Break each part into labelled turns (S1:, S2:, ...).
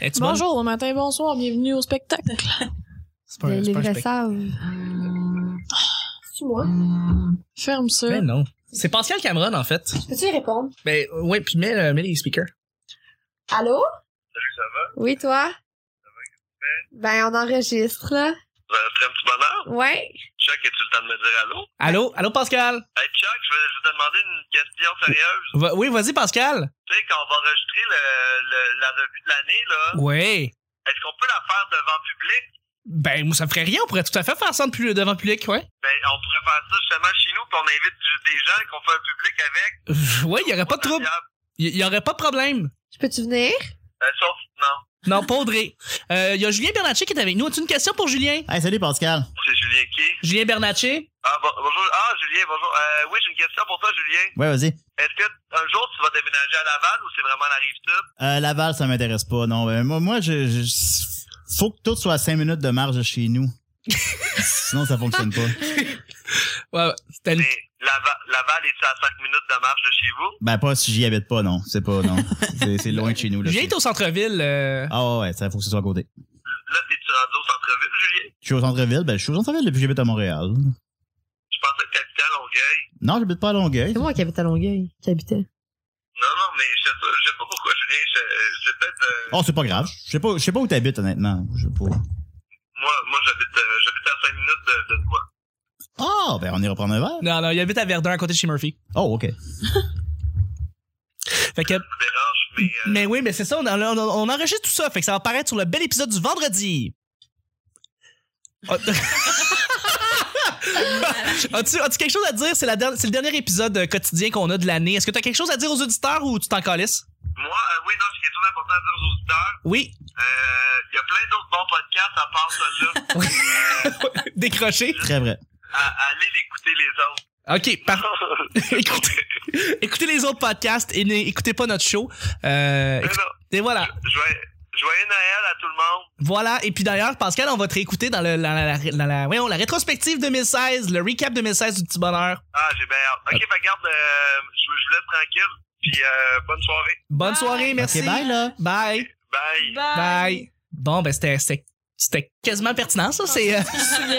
S1: Es-tu bonne?
S2: Bonjour, bon matin, bonsoir, bienvenue au spectacle.
S3: C'est pas,
S4: Les,
S3: c'est
S4: les
S3: pas un
S4: vrais
S3: spectacle.
S4: savent.
S5: Ah. C'est moi.
S2: Ferme ça.
S1: Mais Ben non. C'est Pascal Cameron, en fait.
S5: Peux-tu y répondre?
S1: Ben, ouais, puis mets, euh, mets les speakers.
S5: Allô?
S4: Oui, toi? Ben, on enregistre, là.
S6: Vous avez fait Ben, un petit bonheur?
S4: Ouais.
S6: Chuck, as-tu le temps de me dire allô?
S1: Allô? Allô, Pascal?
S6: Hey, Chuck, je vais je vais te demander une question sérieuse.
S1: Va- oui, vas-y, Pascal.
S6: Tu sais, quand on va enregistrer le, le- la revue de l'année, là,
S1: Oui.
S6: est-ce qu'on peut la faire devant public?
S1: Ben, moi, ça me ferait rien. On pourrait tout à fait faire ça depuis- devant le public, ouais.
S6: Ben, on pourrait faire ça justement chez nous, puis on invite du- des gens qu'on fait un public avec.
S1: Pff, Ouais, il y aurait pas de trouble. Il y, y aurait pas de problème.
S4: Je peux-tu venir?
S6: Euh, sauf, non,
S1: Non, pas Audrey. Euh, Il y a Julien Bernatchez qui est avec nous. As-tu une question pour Julien?
S3: Hey, salut Pascal.
S6: c'est Julien qui?
S1: Julien Bernatchez?
S6: Ah, bon- bonjour. Ah, Julien, bonjour. Euh, oui, j'ai une question pour toi, Julien.
S3: Ouais, vas-y.
S6: Est-ce que un jour tu vas déménager à Laval ou c'est vraiment la rive sud?
S3: Euh, Laval, ça m'intéresse pas. Non, ben, moi, moi je, je- faut que tout soit à 5 minutes de marge de chez nous. Sinon, ça fonctionne pas.
S1: Ouais, ouais, c'était une-
S6: Mais Laval, Laval est à 5 minutes de marche de chez vous?
S3: Ben, pas si j'y habite pas, non. C'est pas, non. C'est c'est loin de chez nous. Là,
S1: Julien
S3: C'est-
S1: est au centre-ville. euh,
S3: Ah ouais, ouais, ça faut que ce soit à côté.
S6: Là, t'es-tu rendu au centre-ville, Julien?
S3: Je suis au centre-ville. Ben, je suis au centre-ville depuis que j'habite à Montréal.
S6: Je pensais que t'habitais à Longueuil.
S3: Non, j'habite pas à Longueuil.
S4: C'est moi qui habite à Longueuil, qui habitais.
S6: Non, non, mais je sais pas, je sais pas pourquoi je viens. je- C'est peut-être. euh,
S3: Oh, c'est pas grave. Je sais pas, je sais pas où t'habites, honnêtement. Je sais pas.
S6: Moi, moi j'habite euh, j'habite à 5 minutes de, de toi.
S3: Ah, ben, on ira prendre un verre.
S1: Non, non, il habite à Verdun, à côté de chez Murphy.
S3: Oh, OK.
S1: Fait que,
S6: Ça me dérange, mais. euh,
S1: mais oui, mais c'est ça, on, on- on enregistre tout ça. Fait que ça va paraître sur le bel épisode du vendredi. Ah, as-tu, as-tu quelque chose à dire? C'est, la der- c'est le dernier épisode euh, quotidien qu'on a de l'année. Est-ce que tu as quelque chose à dire aux auditeurs ou tu t'en calisses?
S6: Moi, euh, oui, non, ce qui est très important à dire aux auditeurs,
S1: Oui,
S6: euh, il y a plein d'autres bons podcasts à part celui-là.
S1: décroché.
S3: Très vrai.
S6: À- Allez l'écouter les autres.
S1: OK, par... écoutez, écoutez les autres podcasts et n'écoutez pas notre show. Euh,
S6: Mais
S1: écoutez-
S6: non,
S1: et voilà.
S6: joyeux, joyeux Noël à tout le monde.
S1: Voilà. Et puis d'ailleurs, Pascal, on va te réécouter dans, le, dans la, la- dans la- voyons, la rétrospective 2016, le recap 2016 du petit bonheur.
S6: Ah, j'ai bien hâte. Ok, bah, garde, euh, je, je vous laisse tranquille. Puis, euh, bonne soirée.
S1: Bonne
S2: Bye.
S1: soirée, merci.
S3: OK, bye, là.
S1: Bye.
S6: Bye.
S1: Bye. Bon, ben c'était- c'était c'était quasiment pertinent, ça. C'est. euh,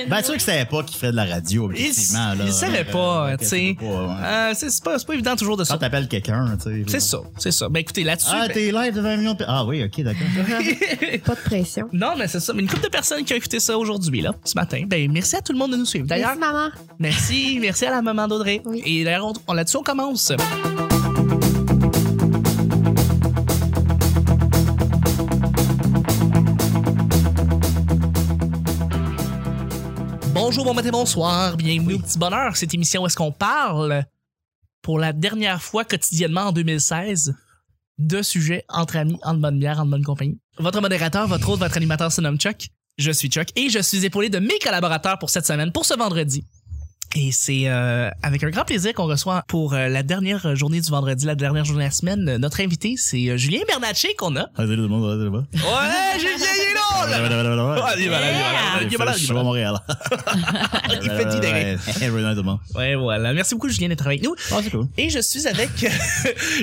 S3: Ben, sûr que savait pas qu'il ferait de la radio, objectivement.
S1: Il-
S3: là. Euh,
S1: il savait pas, tu sais.
S3: Pas, ouais.
S1: euh, c'est c'est pas, c'est pas évident toujours de
S3: Quand
S1: ça.
S3: t'appelles quelqu'un, tu sais.
S1: C'est ça, c'est ça. Ben écoutez, là-dessus.
S3: Ah,
S1: ben-
S3: t'es live de 20 millions de... pe- Ah oui, OK, d'accord.
S4: Pas de pression.
S1: non, mais c'est ça. Mais une couple de personnes qui ont écouté ça aujourd'hui, là, ce matin. Ben merci à tout le monde de nous suivre. D'ailleurs,
S4: Merci, maman.
S1: Merci, merci à la maman d'Audrey.
S4: Oui.
S1: Et d'ailleurs, on, on- là-dessus, on commence. Bonjour, bon matin, bonsoir. Bienvenue au petit bonheur. Cette émission où est-ce qu'on parle pour la dernière fois quotidiennement en 2016 de sujets entre amis, en bonne bière, en bonne compagnie. Votre modérateur, votre hôte, votre animateur se nomme Chuck. Je suis Chuck et je suis épaulé de mes collaborateurs pour cette semaine, pour ce vendredi. Et c'est euh, avec un grand plaisir qu'on reçoit pour euh, la dernière journée du vendredi, la dernière journée de la semaine, euh, notre invité, c'est euh, Julien Bernatchez qu'on a.
S3: Ah, salut tout le monde, salut tout le monde.
S1: Ouais, Julien, il est là! là. Ah, il est malade, il est malade, il est malade, il
S3: Je suis
S1: est
S3: à
S1: malade.
S3: Montréal.
S1: Il fait du délai.
S3: Ouais, ouais, tout le monde.
S1: Ouais, voilà. Merci beaucoup, Julien, d'être avec nous.
S3: Ah, c'est cool.
S1: Et je suis avec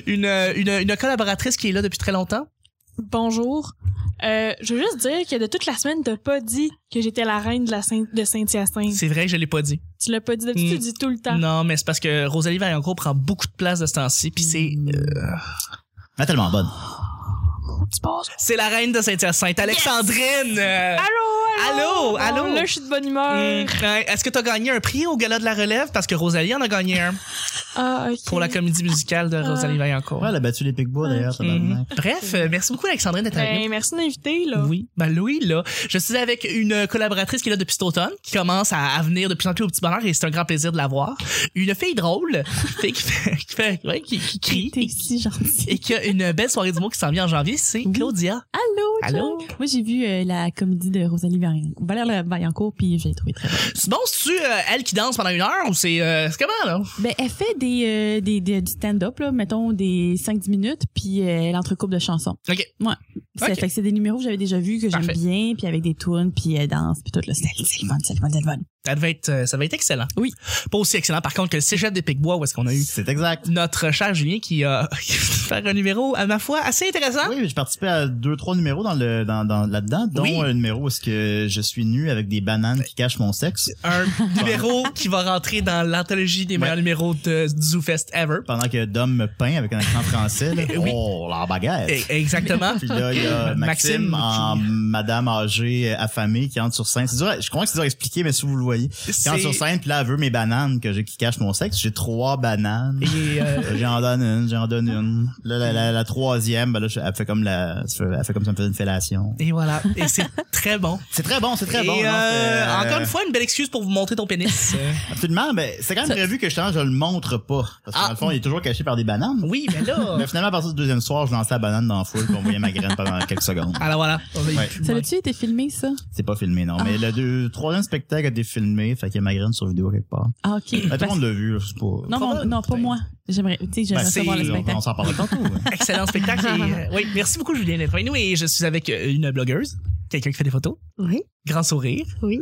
S1: une, euh, une, une collaboratrice qui est là depuis très longtemps.
S2: Bonjour. Euh, je veux juste dire que de toute la semaine, t'as pas dit que j'étais la reine de, la Saint- de Saint-Hyacinthe.
S1: C'est vrai que je l'ai pas dit.
S2: Tu l'as pas dit d'habitude,
S1: Mm.
S2: tu le dis tout le temps.
S1: Non, mais c'est parce que Rosalie Vaillancourt prend beaucoup de place de ce temps-ci, puis c'est... euh,
S3: Mais tellement bonne.
S2: Tu passes.
S1: c'est la reine de Saint-Hyacinthe, Alexandrine! euh,
S2: Allô,
S1: Allô,
S2: allô!
S1: allô?
S2: Là, je suis de bonne humeur.
S1: Mm, ouais. Est-ce que tu as gagné un prix au Gala de la Relève? Parce que Rosalie en a gagné un
S2: Ah, ok.
S1: pour la comédie musicale de Rosalie Vaillancourt.
S3: Ouais, elle a battu les Pigbois, d'ailleurs, ça
S1: Mhm. Bref, euh, merci beaucoup Alexandrine d'être avec
S2: Ben, merci de m'inviter, là.
S1: nous. Oui, ben Louis, là, je suis avec une collaboratrice qui est là depuis cet automne, qui commence à, à venir de plus en plus au petit bonheur et c'est un grand plaisir de la voir. Une fille drôle, fille qui fait, qui, fait- ouais, qui- qui crie
S7: T'es si gentil.
S1: et qui a une belle soirée du mot qui s'en vient en janvier, c'est
S7: Oui.
S1: Claudia.
S7: Allô,
S1: Allô?
S7: Joe? Moi, j'ai vu euh, la comédie de Rosalie Vaillan- Valère Vaillancourt, puis j'ai trouvé très bonne.
S1: C'est bon, c'est-tu euh, elle qui danse pendant une heure ou c'est euh, c'est comment, là?
S7: Ben, elle fait des, euh, des, des- du stand-up, là, mettons des 5-10 minutes, puis euh, elle entrecoupe de chansons.
S1: OK.
S7: Ouais. C'est,
S1: OK.
S7: fait que c'est des euh, numéros que j'avais déjà vus, que j'aime
S1: Parfait.
S7: bien, puis avec des tunes, puis elle danse, puis tout. Là, c'est, c'est le fun, c'est le fun, c'est le fun.
S1: Ça devait être, euh, ça devait être excellent.
S7: Oui.
S1: Pas aussi excellent, par contre, que le cégep des Picbois, où est-ce qu'on a eu
S3: C'est exact.
S1: notre cher Julien qui a qui a fait un numéro, à ma foi, assez intéressant.
S3: Oui, j'ai participé à deux, trois numéros dans le, dans, dans, là-dedans, dont
S1: Oui.
S3: un numéro où est-ce que je suis nu avec des bananes qui cachent mon sexe
S1: Un numéro qui va rentrer dans l'anthologie des
S3: Ouais.
S1: meilleurs numéros de, du ZooFest ever.
S3: pendant que Dom me peint avec un accent français. là.
S1: Oui.
S3: Oh, la baguette!
S1: Eh, Exactement.
S3: Puis là, il y a Maxime,
S1: Maxime
S3: en madame âgée affamée qui entre sur scène. C'est dur, à- je crois que c'est dur à expliquer, mais si vous le voyez. Qui entre
S1: C'est-
S3: sur scène, puis là, elle veut mes bananes que j'ai, qui cachent mon sexe. J'ai trois bananes.
S1: Et, euh,
S3: Euh, J'en donne une, j'en donne une. Là, la, la- la troisième, ben là, je- elle fait comme la, elle fait comme ça me faisait une fellation.
S1: et voilà. Et c'est très bon.
S3: C'est très bon, c'est très
S1: Et,
S3: bon. non,
S1: euh,
S3: c'est, euh,
S1: encore une fois, une belle excuse pour vous montrer ton pénis. Euh,
S3: Absolument, mais c'est quand même prévu que justement, je le montre pas. Parce que
S1: Ah.
S3: dans le fond, il est toujours caché par des bananes.
S1: oui, mais là.
S3: Mais finalement, à partir du deuxième soir, je lançais la banane dans la foule, puis on voyait ma graine pendant quelques secondes.
S1: Alors voilà. On a eu
S3: Ouais.
S1: plus-
S7: Ça a-tu été filmé, ça?
S3: C'est pas filmé, non. Mais
S7: Ah.
S3: le deux- troisième spectacle a été filmé, fait qu'il y a ma graine sur vidéo quelque part.
S7: Ah, OK.
S3: Mais tout le
S7: Parce-
S3: monde l'a vu, là, c'est pas...
S7: Non, non, non, pas moi. J'aimerais, tu sais, j'aimerais
S3: Ben,
S7: savoir le
S1: c'est-
S3: on,
S7: spectacle.
S3: on s'en parle tantôt. ouais.
S1: Excellent spectacle. et, euh, oui, merci beaucoup, Julien, d'être avec nous. Et je suis avec euh, une blogueuse, quelqu'un qui fait des photos.
S4: Oui,
S1: Grand sourire.
S4: oui.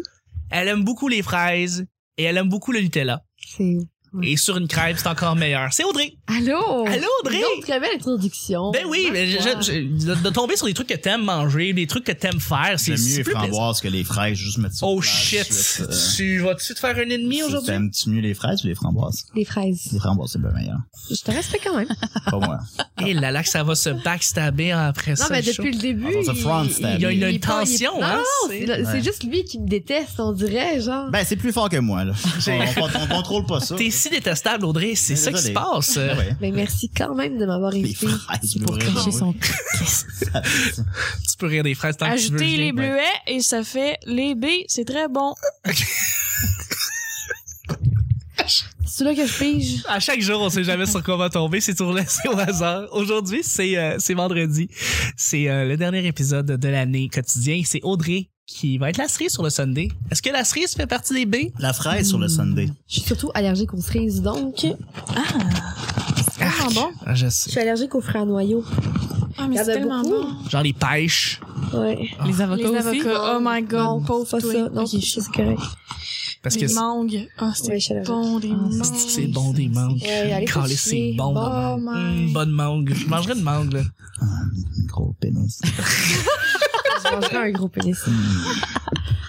S1: Elle aime beaucoup les fraises et elle aime beaucoup le Nutella.
S4: C'est. Oui.
S1: Et sur une crêpe, c'est encore meilleur. C'est Audrey.
S4: Allô?
S1: Allô, Audrey?
S4: Une autre très belle introduction.
S1: Ben oui, mais je- je- je- de, de tomber sur des trucs que t'aimes manger, des trucs que t'aimes faire, c'est
S3: J'aime mieux
S1: c'est
S3: les
S1: plus plaisant.
S3: framboises que les fraises, juste mettre ça.
S1: Oh shit! Tu vas-tu te faire un ennemi aujourd'hui?
S3: euh, T'aimes-tu mieux les fraises ou les framboises?
S4: Les
S3: Les
S4: fraises.
S3: framboises, c'est bien meilleur.
S4: Je te respecte quand même.
S3: Pas moi.
S1: Et Eh là, là, que ça va se backstabber après
S4: Non,
S1: ça.
S4: mais
S1: le show.
S4: depuis le début.
S3: Ah, ça,
S4: il-
S3: front,
S4: il-
S3: c'était-
S1: Il y a une,
S4: il est pas- il est-
S1: tension,
S4: Non,
S1: hein?
S4: non,
S1: c'est-
S4: c'est là- c'est
S3: Ouais.
S4: juste lui qui me déteste, on dirait, genre.
S3: Ben, c'est plus fort que moi, là. On, on- on contrôle pas ça.
S1: T'es si détestable, Audrey, c'est
S3: Mais
S1: ça qui se
S3: désolé.
S1: passe. euh.
S3: Ah ouais.
S4: Ben merci quand même de m'avoir
S3: Les
S4: invité.
S3: fraises,
S7: Pour
S3: oui,
S7: cacher
S3: oui.
S7: son
S1: Tu peux rire des fraises tant que tu veux.
S2: Ajoutez les
S1: Julien.
S2: bleuets et ça fait les baies. C'est très bon.
S4: C'est là que je pige.
S1: À chaque jour, on sait jamais sur quoi on va tomber. C'est toujours laissé au hasard. Aujourd'hui, c'est euh, c'est vendredi. C'est euh, le dernier épisode de l'année quotidien. C'est Audrey qui va être la cerise sur le Sunday. Est-ce que la cerise fait partie des B?
S3: La fraise
S7: Mm.
S3: sur le Sunday.
S4: Je suis surtout allergique aux cerises, donc.
S1: Ah
S2: bon?
S1: Je
S4: Je
S1: sais.
S4: suis allergique aux frères noyaux.
S2: Ah, mais
S4: Il y en
S2: c'est
S4: a
S2: tellement
S4: beaucoup.
S2: bon.
S1: Genre les pêches.
S4: Ouais.
S1: Ah.
S7: Les avocats
S2: Les
S7: aussi.
S2: avocats, oh my
S4: Non,
S2: god, pauvre
S4: pas
S2: toi.
S4: ça. Non,
S2: Ok,
S4: c'est correct.
S1: Parce que
S2: Les
S1: c'est-
S2: mangues. Ah,
S4: Ouais,
S2: c'était
S4: je suis allergique.
S2: bon, des
S7: Ah,
S2: mangues.
S1: c'est c'est bon des mangues.
S4: Ouais, allez,
S1: Calé,
S4: faut
S1: c'est
S4: chier.
S1: bon.
S2: Oh
S1: Une
S2: my.
S1: bonne mangue. Je mangerais une mangue, là.
S3: Gros pénis.
S4: Je mangerai un gros pénis.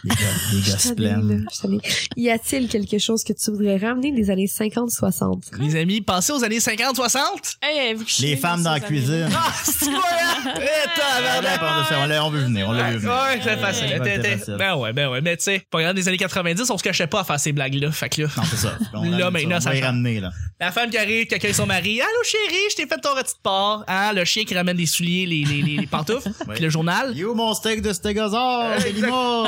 S3: Des gars, des
S4: Je
S3: gars se
S4: suis
S3: plaignent.
S4: tannée, là. Je suis tannée. Y a-t-il quelque chose que tu voudrais ramener des années 50-60?
S1: Les amis, pensez aux années 50-60.
S2: Hey, vu que je suis
S3: Les
S2: née
S3: femmes dans la
S2: ces années-là.
S3: cuisine.
S1: Ah, c'est quoi, là? Eh,
S3: Ah,
S1: tabarnak!
S3: là, pardon, c'est- on l'a- on veut venir, on l'a vu venir.
S1: Ouais, c'est facile.
S3: Ouais,
S1: T'es-
S3: c'est
S1: t'es-
S3: facile.
S1: Ben ouais, ben ouais. Mais tu sais, pas grave, des années 90, on se cachait pas à faire ces blagues-là. Fait que là,
S3: Non, c'est ça. On ramène
S1: Là,
S3: ça,
S1: maintenant,
S3: on
S1: ça
S3: va les
S1: change.
S3: ramener, là.
S1: la femme qui arrive, qui accueille son mari. Allô, chérie, je t'ai fait ton petit porc. Hein, le chien qui ramène des souliers, les, les, les, les pantoufles.
S3: Ouais.
S1: Puis le journal.
S3: You, mon steak de stégosaure, Lima!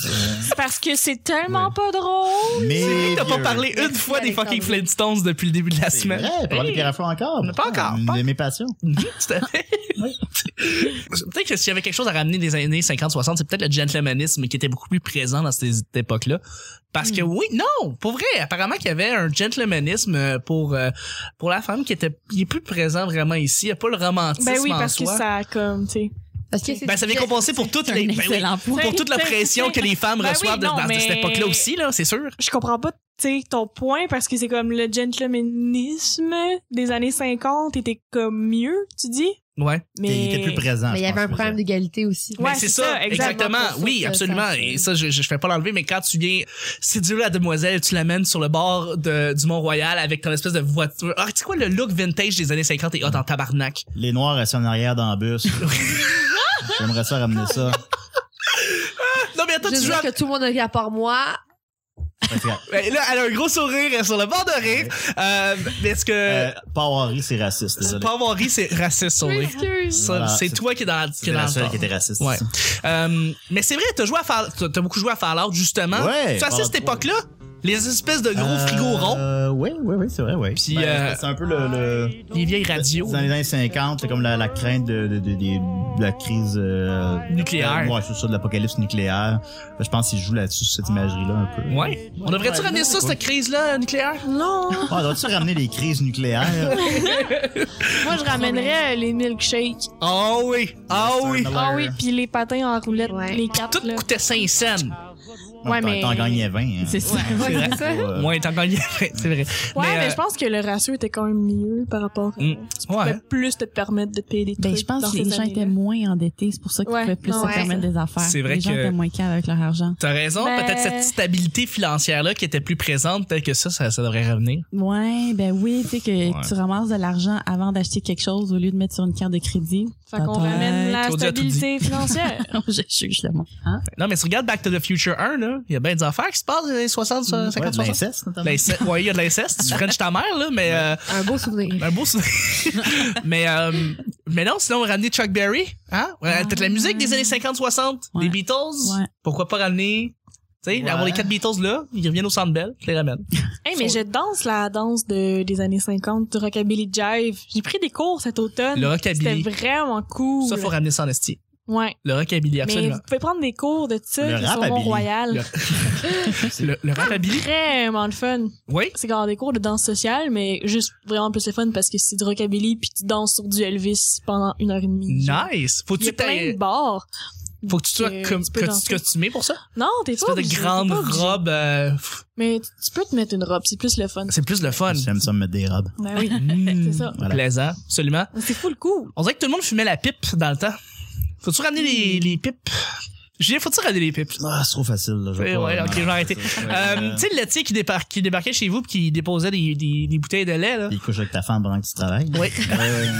S2: C'est Parce que c'est tellement pas drôle.
S3: Mais.
S1: C'est vrai que t'as pas
S3: vieux.
S1: parlé une
S4: Merci,
S1: fois des fucking
S4: Alexandre.
S1: Flintstones depuis le début de la
S3: C'est
S1: semaine.
S3: vrai, parler
S1: Hey.
S3: de Pierre encore.
S1: Mais pas encore,
S3: Une
S1: pas-
S3: de mes passions.
S1: Tout à fait. peut-être que s'il y avait quelque chose à ramener des années 50-60, c'est peut-être le gentlemanisme qui était beaucoup plus présent dans cette époque là Parce que
S2: Hmm.
S1: oui, non, pour vrai, apparemment qu'il y avait un gentlemanisme euh, pour euh, pour la femme qui était qui est plus présent vraiment ici. Il n'y a pas le romantisme
S2: Ben oui,
S1: en
S2: parce que
S1: soi.
S2: ça, comme, tu sais.
S4: Parce que c'est
S1: Ben, ça vient compenser pour toutes
S7: C'est
S1: les
S7: un
S1: ben oui,
S7: excellent point.
S1: pour toute la pression que les femmes
S2: Ben oui,
S1: reçoivent de-
S2: non,
S1: dans
S2: mais-
S1: cette époque-là aussi là, c'est sûr.
S2: Je comprends pas, tu sais, ton point, parce que c'est comme le gentlemanisme des années 50 était comme mieux, tu dis?
S1: Ouais.
S2: Mais.
S3: Il était plus présent.
S4: Mais il y
S3: Ah, je
S4: avait un
S3: pense,
S4: problème
S3: je
S4: d'égalité aussi.
S1: Mais
S2: Ouais,
S1: c'est ça,
S2: c'est ça,
S1: exactement.
S4: exactement pour ça
S1: Oui,
S4: que
S1: absolument.
S4: ça-
S1: Et ça, je, je, je fais pas l'enlever, mais quand tu viens séduire la demoiselle, tu l'amènes sur le bord de, du Mont-Royal avec ton espèce de voiture. Ah, tu sais quoi, le look vintage des années 50 est hot en tabarnak.
S3: veux dire. Les noirs restent en arrière dans le bus. J'aimerais ça ramener ça.
S1: Non, mais attends,
S4: Je
S1: tu joues
S4: jure que tout le monde a ri à part moi.
S3: Parce que,
S1: Ben, Là, elle a un gros sourire, elle est sur le bord de rire. Euh, mais est-ce que...
S3: euh, pas avoir ri, c'est raciste, désolé.
S1: Pas avoir ri, c'est raciste, sourire.
S4: Excuse.
S1: Ça,
S3: Voilà,
S1: c'est
S3: c'est-
S1: toi qui est dans la... Qui est
S3: C'est
S1: dans
S3: la
S1: le
S3: seule
S1: tort.
S3: qui était raciste.
S1: Ouais. Euh, mais c'est vrai, t'as joué à Fall- t'as- t'as beaucoup joué à Fallout, justement.
S3: Ouais,
S1: C'est assez à cette
S3: Fallout trois.
S1: époque-là, les espèces de gros frigos ronds,
S3: Euh, oui, oui, oui, c'est vrai, oui.
S1: Puis,
S3: Ben,
S1: euh,
S3: c'est un peu le,
S4: Ah,
S3: le-
S1: les vieilles radios.
S3: C'est dans les années 50, c'est comme la, la crainte de, de, de- de- de la crise euh,
S1: Nucléaire.
S3: ouais, c'est ça, de l'apocalypse nucléaire. Ben, Je pense qu'ils jouent là-dessus, cette imagerie-là, un peu.
S1: Ouais. On devrait-tu ramener ça, cette crise-là, nucléaire?
S2: Non!
S3: Ah, dois-tu ramener les crises nucléaires? Ah,
S2: Moi, je ramènerais euh, les milkshakes.
S1: Ah oui, ah oui.
S2: Ah oui, puis les patins en roulette,
S4: Ouais.
S2: les quatre,
S1: Tout
S2: là.
S1: coûtait 5 cents.
S2: Ouais,
S3: t'en-
S2: mais-
S3: T'en gagnais 20. hein.
S7: C'est ça.
S1: Ouais, c'est vrai.
S4: c'est ça.
S3: Euh,
S1: Moins t'en gagnes, c'est vrai.
S2: Ouais, mais,
S1: euh,
S2: je pense que le ratio était quand même mieux par rapport à.
S1: Mm.
S2: Tu pouvais
S1: Ouais.
S2: plus te permettre de te payer des trucs.
S7: Ben, je pense
S2: dans
S7: que les
S2: ces
S7: gens étaient
S2: années-là.
S7: moins endettés. C'est pour ça qu'ils
S2: Ouais.
S7: pouvaient plus
S2: Non,
S7: se
S2: ouais.
S7: permettre des affaires.
S1: C'est vrai
S7: les gens
S1: que-
S7: étaient moins calmes avec leur argent.
S1: T'as raison,
S2: Ben-
S1: peut-être cette stabilité financière-là qui était plus présente, peut-être que ça, ça, ça devrait revenir.
S7: Ouais, ben oui, tu sais que
S3: Ouais.
S7: tu ramasses de l'argent avant d'acheter quelque chose au lieu de mettre sur une carte de crédit.
S2: Fait qu'on
S7: Peut-être.
S2: ramène la
S1: Claudia a tout dit.
S2: stabilité financière.
S7: je juge le monde. Hein?
S1: Non, mais si tu regardes Back to the Future 1, là, il y a bien des affaires qui se passent dans les 60,
S3: Ouais,
S1: 50,
S3: de
S1: 60.
S3: l'inceste, notamment.
S1: L'inceste. Ouais, il y a de l'inceste. Tu French ta mère, là, mais euh,
S4: Un beau souvenir.
S1: un beau souvenir. mais, euh, mais non, sinon, ramener Chuck Berry, hein? Ouais,
S7: Ah,
S1: Peut-être la musique des
S7: ouais.
S1: années 50-60,
S7: Ouais.
S1: des Beatles.
S7: Ouais.
S1: Pourquoi pas ramener, tu sais,
S3: Ouais.
S1: avoir les quatre Beatles là, ils reviennent au Centre Bell, je les ramène.
S2: hey, mais je danse la danse de, des années 50 du Rockabilly Jive. J'ai pris des cours cet automne.
S1: Le
S2: C'était
S1: rockabilly.
S2: vraiment cool.
S1: Ça, faut ramener ça en esti.
S2: Ouais.
S1: Le rockabilly,
S2: Mais vous
S1: absolument.
S2: pouvez prendre des cours de ça
S3: Le
S2: sur
S3: rap à Billy.
S2: Mont-Royal.
S1: Le- Le, le rockabilly?
S2: Vraiment le fun.
S1: Oui.
S2: C'est quand des cours de danse sociale, mais juste vraiment plus le fun parce que c'est du rockabilly puis tu danses sur du Elvis pendant une heure et demie.
S1: Nice. Faut que
S2: Il y
S1: tu
S2: a plein de
S1: t'ailles-
S2: bars.
S1: Faut que tu sois
S2: que
S1: comme,
S2: tu
S1: que
S2: peux
S1: tu
S2: danser.
S1: te costumé pour ça.
S2: Non, t'es pas
S1: Espèce
S2: obligé,
S1: de
S2: t'es
S1: grande
S2: pas obligé.
S1: robe, euh, pff,
S2: Mais tu- tu peux te mettre une robe, c'est plus le fun.
S1: c'est plus le fun.
S3: J'aime ça me mettre des robes.
S2: Ben oui.
S1: Mmh,
S2: ça.
S3: Voilà.
S1: Plaisant, absolument.
S2: C'est fou le coup.
S1: On dirait que tout le monde fumait la pipe dans le temps. Faut-tu ramener
S4: Hmm.
S1: les, les pipes? J'ai faut-tu ramener les pipes?
S3: Ah, c'est trop facile. Là, je vais
S1: Eh
S3: pas-
S1: ouais, ok, je vais arrêter.
S3: c'est ça,
S1: Euh,
S3: ouais.
S1: tu sais, le laitier qui, débar- qui débarquait chez vous pis qui déposait des, des, des bouteilles de lait, là.
S3: Il couche avec ta femme pendant que tu travailles.
S1: Oui.
S3: Ouais, ouais.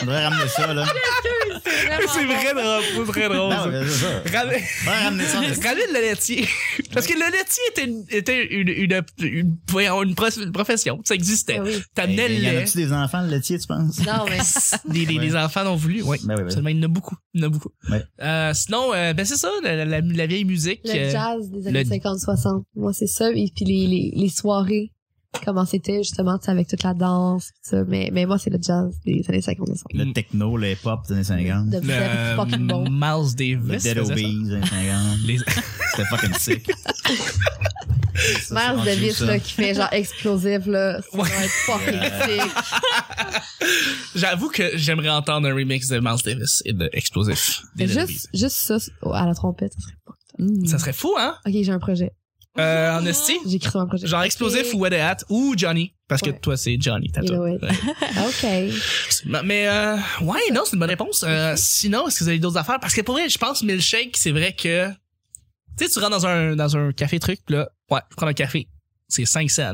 S3: On devrait ramener ça, là.
S1: C'est vrai drôle, vrai drôle.
S3: Ah, ouais, c'est ça.
S1: Ramener-
S3: On devrait ramener ça. mais-
S1: Ramener le laitier. Parce que le laitier était une, était une, une, une- voyons, une pro- une profession. Ça existait.
S4: Ben oui.
S1: T'amenais le
S3: Eh, Il y en
S1: lait.
S3: a-tu des enfants, le laitier, tu penses?
S4: Non, mais.
S1: Les, les, les enfants l'ont voulu, oui.
S3: Ben oui, oui.
S1: Seulement, il y en a beaucoup. Il y en a beaucoup.
S3: Ouais.
S1: Euh, sinon, euh, ben c'est ça, la, la- la vieille musique.
S4: Le
S1: euh,
S4: jazz des années
S1: le-
S4: 50-60. Moi, c'est ça. Et puis les, les, les soirées, comment c'était justement, tu sais, avec toute la danse, tout ça. Mais, mais moi, c'est le jazz des années 50-60.
S3: Le techno, les pop des années 50.
S4: De
S1: le-
S4: le... fucking bon.
S1: Miles
S3: Le
S1: Davis.
S3: Dead
S1: faisait ça.
S3: Obeez des années 50.
S1: Les-
S3: C'était fucking sick.
S4: Miles Davis,
S3: là.
S4: là, qui fait genre explosif, là. Ça
S1: Ouais.
S4: doit être fucking sick.
S1: J'avoue que j'aimerais entendre un remix de Miles Davis et de Explosif.
S4: Mais
S1: des Dead
S4: Juste, juste ça, oh, à la trompette. ça serait pas-
S1: Obeez.
S7: Mm.
S1: Ça serait fou, hein?
S4: Ok, j'ai un projet.
S1: Euh, en esti?
S4: J'ai écrit sur un projet.
S1: Genre Explosif ou What a Hat ou Johnny. Parce que
S4: Ouais.
S1: toi, c'est Johnny, t'as
S4: You
S1: tout.
S4: know it.
S1: Ouais.
S4: OK.
S1: Mais- Mais euh, ouais, non, c'est une bonne réponse.
S4: Mm-hmm.
S1: Euh, sinon, est-ce que vous avez d'autres affaires? Parce que pour vrai, je pense milkshake, c'est vrai que tu sais, tu rentres dans un dans un café truc pis là, ouais, je prends un café, c'est 5 cents.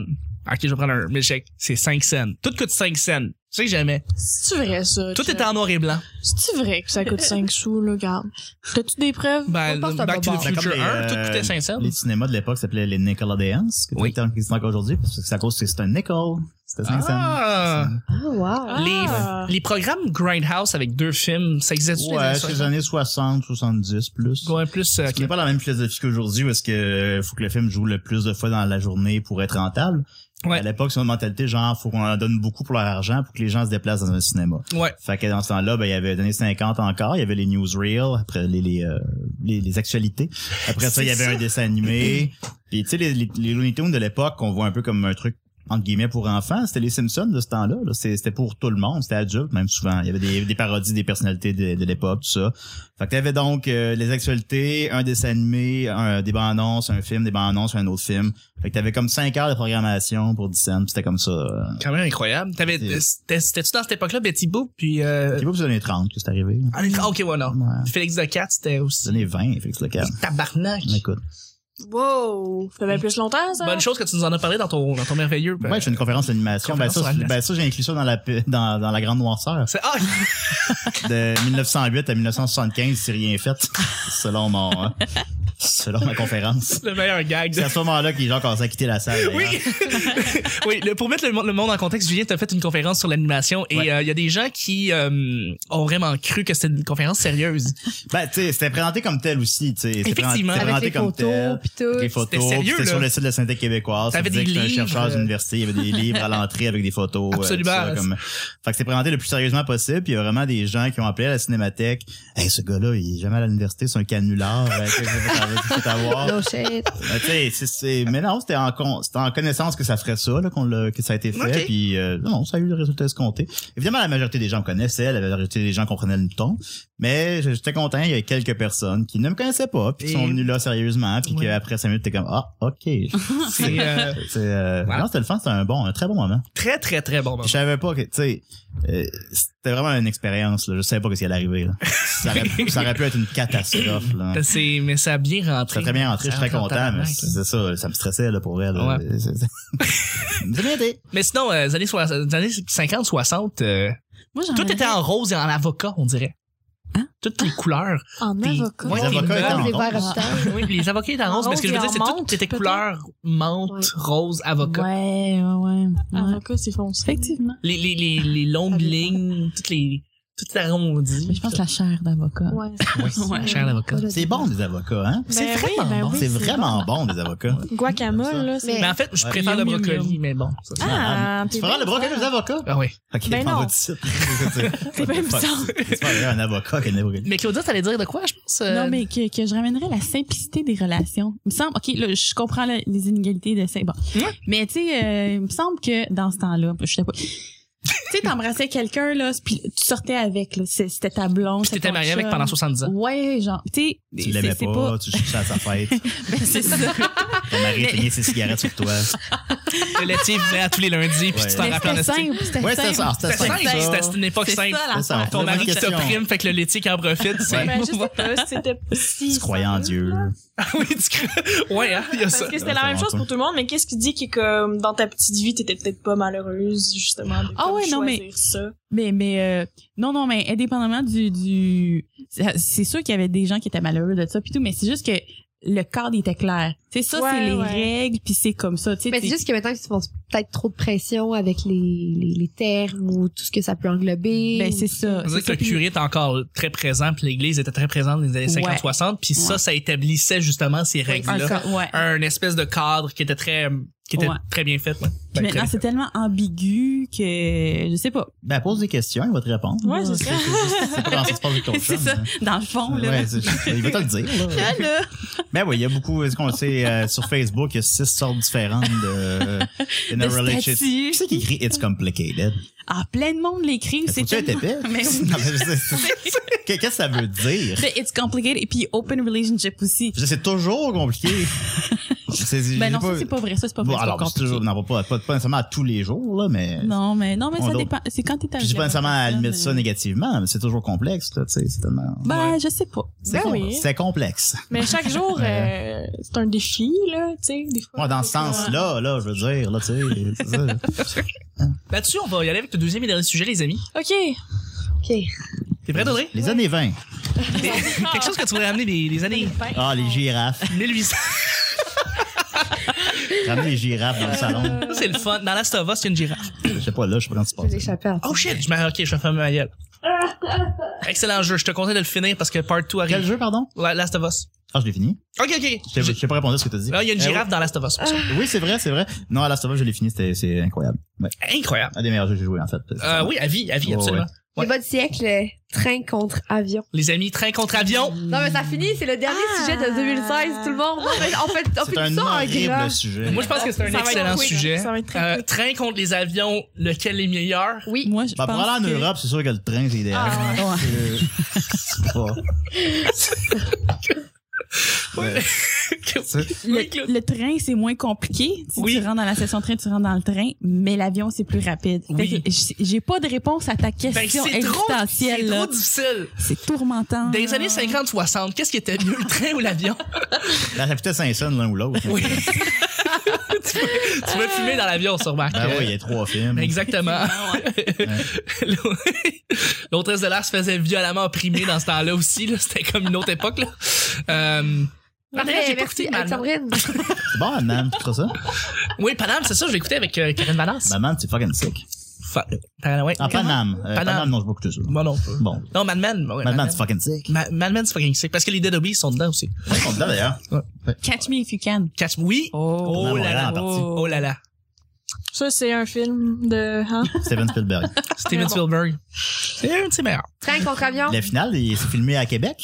S1: Ok, je vais prendre un milkshake, c'est 5 cents. Tout coûte 5 cents. Tu sais jamais.
S2: C'est vrai ça.
S1: Tout est en noir et blanc.
S2: C'est vrai que ça coûte 5 sous là, regarde. T'as-tu des preuves
S1: Ben,
S4: pense que c'est un
S1: Back to
S4: bon
S1: the
S4: bord.
S1: Future
S3: C'est
S1: 1,
S3: comme les,
S1: tout coûtait
S3: euh,
S1: 5 cents.
S3: Les cinémas de l'époque s'appelaient les Nickelodeons, que
S1: Oui.
S3: tu existent encore aujourd'hui, parce que c'est à cause que c'est un nickel. C'était 5 cents.
S1: Ah!
S4: Ah, wow.
S2: Ah.
S1: Les, les programmes Grindhouse avec deux films, ça existe les
S3: Ouais,
S1: années
S3: c'est les
S1: 60?
S3: années 60, 70 plus.
S1: Ouais, plus. euh,
S3: Ce qui n'est pas la même philosophie qu'aujourd'hui, parce que euh, faut que le film joue le plus de fois dans la journée pour être rentable.
S1: Ouais.
S3: À l'époque, c'est une mentalité genre, faut qu'on en donne beaucoup pour leur argent pour que les gens se déplacent dans un cinéma.
S1: Ouais.
S3: Fait que dans ce temps-là, ben, il y avait donné 50 encore, il y avait les newsreels, après les, les, euh, les, les actualités. Après ça, il y
S1: C'est ça.
S3: avait un dessin animé. Puis tu sais, les, les, les Looney Tunes de l'époque, qu'on voit un peu comme un truc entre guillemets pour enfants, c'était les Simpsons de ce temps-là. là. C'est- C'était pour tout le monde, c'était adulte même souvent. Il y avait des, des parodies des personnalités de, de l'époque, tout ça. Fait que t'avais donc euh, les actualités, un dessin animé, un, des bandes annonces, un film, des bandes annonces, un autre film. Fait que t'avais comme 5 heures de programmation pour 10 cents, puis c'était comme ça. euh.
S1: Quand même incroyable. T'avais,
S3: C'est-
S1: c'était- c'était-tu dans cette époque-là, Betty Boop, puis euh,
S3: C'est pas plus des années 30 que c'est arrivé.
S1: Ah, les- ah, ok, ouais, non.
S3: Ouais.
S1: Félix de Cat, c'était
S3: C'est
S1: aussi.
S3: années 20, Félix Leclerc.
S1: Tabarnak.
S3: Écoute.
S2: Bah. Wow! Ça fait plus longtemps ça?
S1: Bonne chose que tu nous en as parlé dans ton, dans ton merveilleux. euh,
S3: Ouais, je fais une conférence d'animation. Ben
S1: Ben, Conférence
S3: ça,
S1: sur la-
S3: ben ça j'ai inclus ça dans la, p- dans, dans la Grande Noirceur.
S1: C'est- ah,
S3: De 1908 à 1975, c'est rien fait, selon mon, hein, selon ma conférence.
S1: le meilleur gag.
S3: C'est à ce moment-là que les gens commencent à quitter la salle.
S1: Oui.
S3: d'ailleurs.
S1: oui, le- pour mettre le, mo- le monde en contexte, Julien, t'as fait une conférence sur l'animation et euh, il
S3: Ouais.
S1: y a des gens qui euh, ont vraiment cru que c'était une conférence sérieuse.
S3: Ben, tu sais, c'était présenté comme tel aussi, tu sais. C'était présenté-
S1: Effectivement.
S3: C'était
S4: Avec
S3: présenté
S4: les
S3: comme
S4: photos,
S3: tel.
S4: pis
S3: Avec Les
S4: tout.
S3: photos,
S1: C'était sérieux,
S3: puis c'était sur
S1: là.
S3: le site de la Synthèque québécoise.
S1: T'avais
S3: ça disait
S1: des
S3: que c'était un
S1: livres. euh.
S3: chercheur d'université, il y avait des livres à l'entrée avec des photos. euh, tout
S1: Absolument.
S3: ça, comme- Fait que c'est présenté le plus sérieusement possible, puis il y a vraiment des gens qui ont appelé à la cinémathèque. Hey, ce gars-là, il est jamais à l'université, c'est un canular. Euh, qu'est-ce que vous faites va tout de suite avoir.
S4: No Oh, shit.
S3: Ben, tu sais, c'est- c'est- mais non, c'était en, con- c'était en connaissance que ça ferait ça, là, qu'on l'a- que ça a été fait.
S1: Ok.
S3: Puis euh, non, ça a eu le résultat escompté. Évidemment, la majorité des gens me connaissaient, la majorité des gens comprenaient le ton. Mais je- j'étais content, il y a quelques personnes qui ne me connaissaient pas, puis qui
S1: Et-
S3: sont venues là sérieusement, puis
S1: Ouais.
S3: qu'après cinq minutes, t'es comme Ah, ok.
S1: C'est euh,
S3: C'est, euh,
S1: Voilà.
S3: Non, c'était le fun, c'était un bon, un très bon moment.
S1: très, très, très bon moment.
S3: Puis Je savais pas que, tu sais, euh, c'était vraiment une expérience, là. Je savais pas que ce qui allait arriver, là. Ça aurait, ça aurait pu être une catastrophe, là.
S1: C'est- Mais ça a bien rentré.
S3: Hum. Très très bien rentré, je suis très
S1: Ça rentre en
S3: content, mais
S1: Ah, tabarnak.
S3: c'est c'est ça, ça me stressait là pour elle. là.
S1: Ouais.
S3: C'est- c'est- Vous avez été.
S1: Mais sinon, euh, les années, soix- les années 50, 60, euh,
S7: Moi, j'en
S1: tout
S7: avais-
S1: était en rose et en avocat, on dirait.
S7: Hein?
S1: Toutes les couleurs.
S2: En
S1: Puis-
S2: avocat.
S1: Ouais,
S3: Les
S1: puis
S3: avocats étaient
S1: meubles.
S3: en
S4: Les
S3: rose.
S4: verres à putain.
S1: Oui, les avocats étaient en
S2: En
S1: rose, mais ce que je veux
S2: rose
S1: dire,
S2: et
S1: c'est
S2: en
S1: toutes étaient
S2: menthe,
S1: couleurs menthe,
S4: Ouais.
S1: rose, avocat.
S7: Ouais, ouais, ouais. ouais.
S2: Avocat, c'est foncé.
S7: Effectivement.
S1: Les, les, les, les longues
S4: Ça dépend.
S1: lignes, toutes les. Tout est arrondi.
S7: Mais Ben, je pense que la chair d'avocat.
S2: Ouais.
S1: Ouais, c'est
S7: Ouais.
S1: cher l'avocat.
S3: C'est bon des avocats, hein?
S1: C'est
S2: Ben
S1: vraiment
S2: oui, ben
S1: bon.
S2: oui,
S3: c'est vraiment bon des avocats.
S2: Guacamole, là, c'est.
S4: Mais-
S1: Mais en fait, je
S3: Ouais.
S1: préfère le
S7: Yum, yum,
S1: brocoli, mais bon. ça, c'est-
S2: Ah,
S3: tu feras le brocoli des avocats?
S1: Ah oui.
S3: Ok,
S2: Ben
S3: prends
S2: non.
S3: votre titre. C'est
S2: bien bizarre.
S3: C'est pas vrai, un avocat qu'un avocat.
S1: Mais Claudia, t'allais dire de quoi, je pense? euh,
S7: Non, mais que, que je ramènerais la simplicité des relations. Il me semble, OK, là, je comprends là, les inégalités de ça. Bon.
S1: Ouais.
S7: Mais tu sais, euh, il me semble que dans ce temps-là, je sais pas. tu sais, t'embrassais quelqu'un, là, puis tu sortais avec, là. C'est- C'était ta blonde.
S1: Puis t'étais marié avec pendant 70 ans.
S7: Ouais, genre, tu sais,
S3: Tu l'aimais
S7: c'est c'est
S3: pas, tu cherchais à sa fête.
S7: Ben, c'est ça.
S3: Ton mari éteignait ses cigarettes sur toi.
S1: Le laitier venait à tous les lundis, puis
S3: Ouais.
S1: tu t'en
S7: Mais
S1: rappelles en
S7: C'était
S1: esti.
S7: simple, c'était
S3: Ouais, c'était
S7: simple.
S3: ça,
S1: C'était
S3: c'était ça.
S1: simple, c'était c'était une époque
S7: C'est ça,
S1: simple.
S7: la
S3: C'est ça,
S1: Ton
S3: c'est
S1: mari
S3: une
S1: qui
S3: question.
S1: s'opprime, fait que le laitier qui en profite, c'est.
S2: Ben, je sais pas, c'était si.
S3: Tu croyais en Dieu.
S1: Ah oui, tu crois- Ouais, hein, il y a ça.
S2: Parce que c'était la
S3: Ouais,
S2: même
S3: ça
S2: chose pour tout le monde, mais qu'est-ce qui dit que comme dans ta petite vie, t'étais peut-être pas malheureuse, justement, de
S7: Ah
S2: comme
S7: ouais, non, mais-
S2: choisir ça.
S7: Mais, mais euh, non, non, mais indépendamment du... du c'est c'est sûr qu'il y avait des gens qui étaient malheureux de ça, puis tout, mais c'est juste que le cadre était clair. C'est ça,
S2: Ouais,
S7: c'est les
S2: ouais.
S7: règles, puis c'est comme ça. tu sais,
S4: Mais
S7: t'es-
S4: c'est juste que maintenant, ils se font peut-être trop de pression avec les, les, les termes ou tout ce que ça peut englober.
S7: Ben, c'est ça.
S1: On dirait
S7: c'est
S1: que
S7: ça,
S1: le
S7: puis-
S1: curé était encore très présent, puis l'église était très présente dans les années
S7: Ouais.
S1: 50-60, puis ça, ça établissait justement ces
S7: Un
S1: règles-là.
S7: ca- ouais.
S1: Un espèce de cadre qui était très, qui était
S7: Ouais.
S1: très bien fait. ouais.
S7: Puis
S1: Ben,
S7: maintenant,
S1: très-
S7: c'est tellement ambigu que je sais pas.
S3: Ben, pose des questions, il va te répondre.
S2: Ouais, c'est ça.
S3: C'est pas comment ça se passe avec ton
S7: C'est
S3: chum,
S7: ça,
S3: hein.
S7: dans le fond, là.
S3: Ouais, c'est- il va te le dire, là.
S7: Ah, là.
S3: Ben oui, il y a beaucoup, est-ce qu'on sait, euh, sur Facebook, il y a six sortes différentes de, de,
S7: De
S3: relationship.
S7: statues.
S3: Qui c'est qui écrit It's complicated?
S7: Ah, plein de monde l'écrit.
S3: Faut-tu
S7: C'est
S3: être
S7: tellement-
S3: épais?
S7: Mais oui.
S3: Non, mais c'est- c'est- Qu'est-ce que ça veut dire?
S7: Mais It's complicated. Et puis open relationship aussi.
S3: Je veux dire, C'est toujours compliqué. C'est- je
S7: Ben
S3: sais
S7: non, ça, c'est pas vrai. Ça, c'est pas vrai.
S3: Bon,
S7: c'est
S3: alors,
S7: pas
S3: c'est toujours,
S7: compliqué.
S3: non, pas, pas, pas nécessairement à tous les jours, là, mais.
S7: Non, mais, non, mais
S3: On
S7: ça
S3: l'a-
S7: dépend. C'est quand t'es
S3: Puis je dis pas nécessairement à admettre ça négativement, mais c'est toujours complexe, là, tu sais, c'est tellement.
S7: Ben, je sais pas.
S3: C'est
S2: Ben
S3: com-
S2: oui.
S3: c'est complexe.
S2: Mais chaque jour, euh, c'est un défi, là, tu sais, des fois.
S3: Moi, dans ce
S2: Ouais.
S3: sens-là, là, je veux dire, là, tu sais, c'est ça.
S1: Là-dessus, on va y aller avec le deuxième et dernier sujet, les amis.
S2: OK.
S4: OK.
S1: T'es prêt, Audrey?
S3: Les années 20.
S1: Quelque chose que tu voudrais ramener des, des années
S3: Ah, les girafes.
S1: 1800.
S3: Ramener les girafes dans le salon.
S1: C'est le fun. Dans Last of Us, il y a une girafe.
S3: Je sais pas, là, je sais pas quand
S4: Euh,
S3: tu
S4: Je
S3: passes.
S4: vais échapper à ça.
S1: Oh shit! Je m'en- ok, je vais fermer ma gueule. Excellent jeu. Je te conseille de le finir parce que Part 2
S3: Quel
S1: arrive.
S3: jeu, pardon?
S1: La- Last of Us.
S3: Ah, je l'ai fini.
S1: Ok, ok.
S3: Je t'ai- Je t'ai pas répondu à ce que t'as dit.
S1: Là, Ah, il y a une
S3: Eh
S1: girafe dans Last of Us.
S3: oui. Oui, c'est vrai, c'est vrai. Non, à Last of Us, je l'ai fini, c'était- c'est incroyable. Ouais.
S1: Incroyable.
S3: Un des meilleurs jeux que j'ai joué, en fait.
S1: Euh, oui, à vie, à vie,
S3: Ah. Ouais,
S1: absolument.
S3: ouais.
S1: Ouais.
S4: Le mode siècle, euh, train contre avion.
S1: Les amis, train contre avion.
S4: Non, mais ça finit, c'est le dernier
S2: Ah.
S4: sujet de 2016, tout le monde. Non, mais on fait, on
S3: C'est
S4: fait
S3: un
S4: tout ça en grand.
S3: horrible sujet.
S1: Moi, je pense que c'est un
S2: Ça va être
S1: excellent
S2: quick, hein.
S1: sujet.
S2: Ça va être très
S1: Euh,
S2: quick.
S1: train contre les avions, lequel est meilleur?
S4: Oui.
S7: Moi, je
S3: Ben,
S7: pense
S3: pour aller en
S7: que-
S3: Europe, c'est sûr que le train, c'est idéal.
S2: Ah,
S7: ouais.
S3: Euh, c'est pas- Ouais.
S1: Oui, Claude.
S7: Le, le train, c'est moins compliqué. Si
S1: Oui.
S7: tu rentres dans la session train, tu rentres dans le train, mais l'avion, c'est plus rapide. Fait
S1: Oui.
S7: que j- J'ai pas de réponse à ta
S1: Ben,
S7: question
S1: c'est trop, c'est
S7: existentielle.
S1: trop
S7: là.
S1: difficile.
S7: C'est tourmentant.
S1: Dans les années 50-60, qu'est-ce qui était mieux, le train ou l'avion?
S3: La capitale Saint-Saëns, l'un ou l'autre.
S1: Oui. tu, peux, tu peux fumer dans l'avion, sûrement.
S3: Ah oui, il y a trois films.
S7: Ah.
S1: Exactement. L'autrice de l'art se faisait violemment opprimer dans ce temps-là aussi. là. C'était comme une autre époque. Là. Euh, en fait, j'ai pas
S4: merci,
S1: écouté Manon.
S4: Alexandrine.
S3: C'est bon, Anand, tu crois ça?
S1: Oui, Paname, c'est ça, je l'ai écouté avec euh, Karen Valence.
S3: Maman, c'est fucking sick.
S1: Fa- Paname, ouais.
S3: Ah, Paname. Euh,
S1: Paname.
S3: Paname, non, je vais écouter ça.
S1: Moi non.
S3: Bon.
S1: Non, Madman. ouais,
S3: Maman, c'est fucking sick.
S1: Ma- Mad Men, c'est fucking sick. Parce que les Dead Obies sont dedans aussi.
S3: Ils sont dedans, d'ailleurs.
S7: Catch me if you can.
S1: Catch Oui.
S7: Oh. Ah,
S1: Oh
S3: Madame
S1: là
S3: Montréal
S1: là.
S3: en partie.
S1: Oh là là.
S2: Ça, c'est un film de. Hein?
S3: Steven Spielberg.
S1: Steven
S2: bon.
S1: Spielberg. C'est un petit meilleur.
S4: Train contre avion.
S3: La finale, il- c'est filmé à Québec.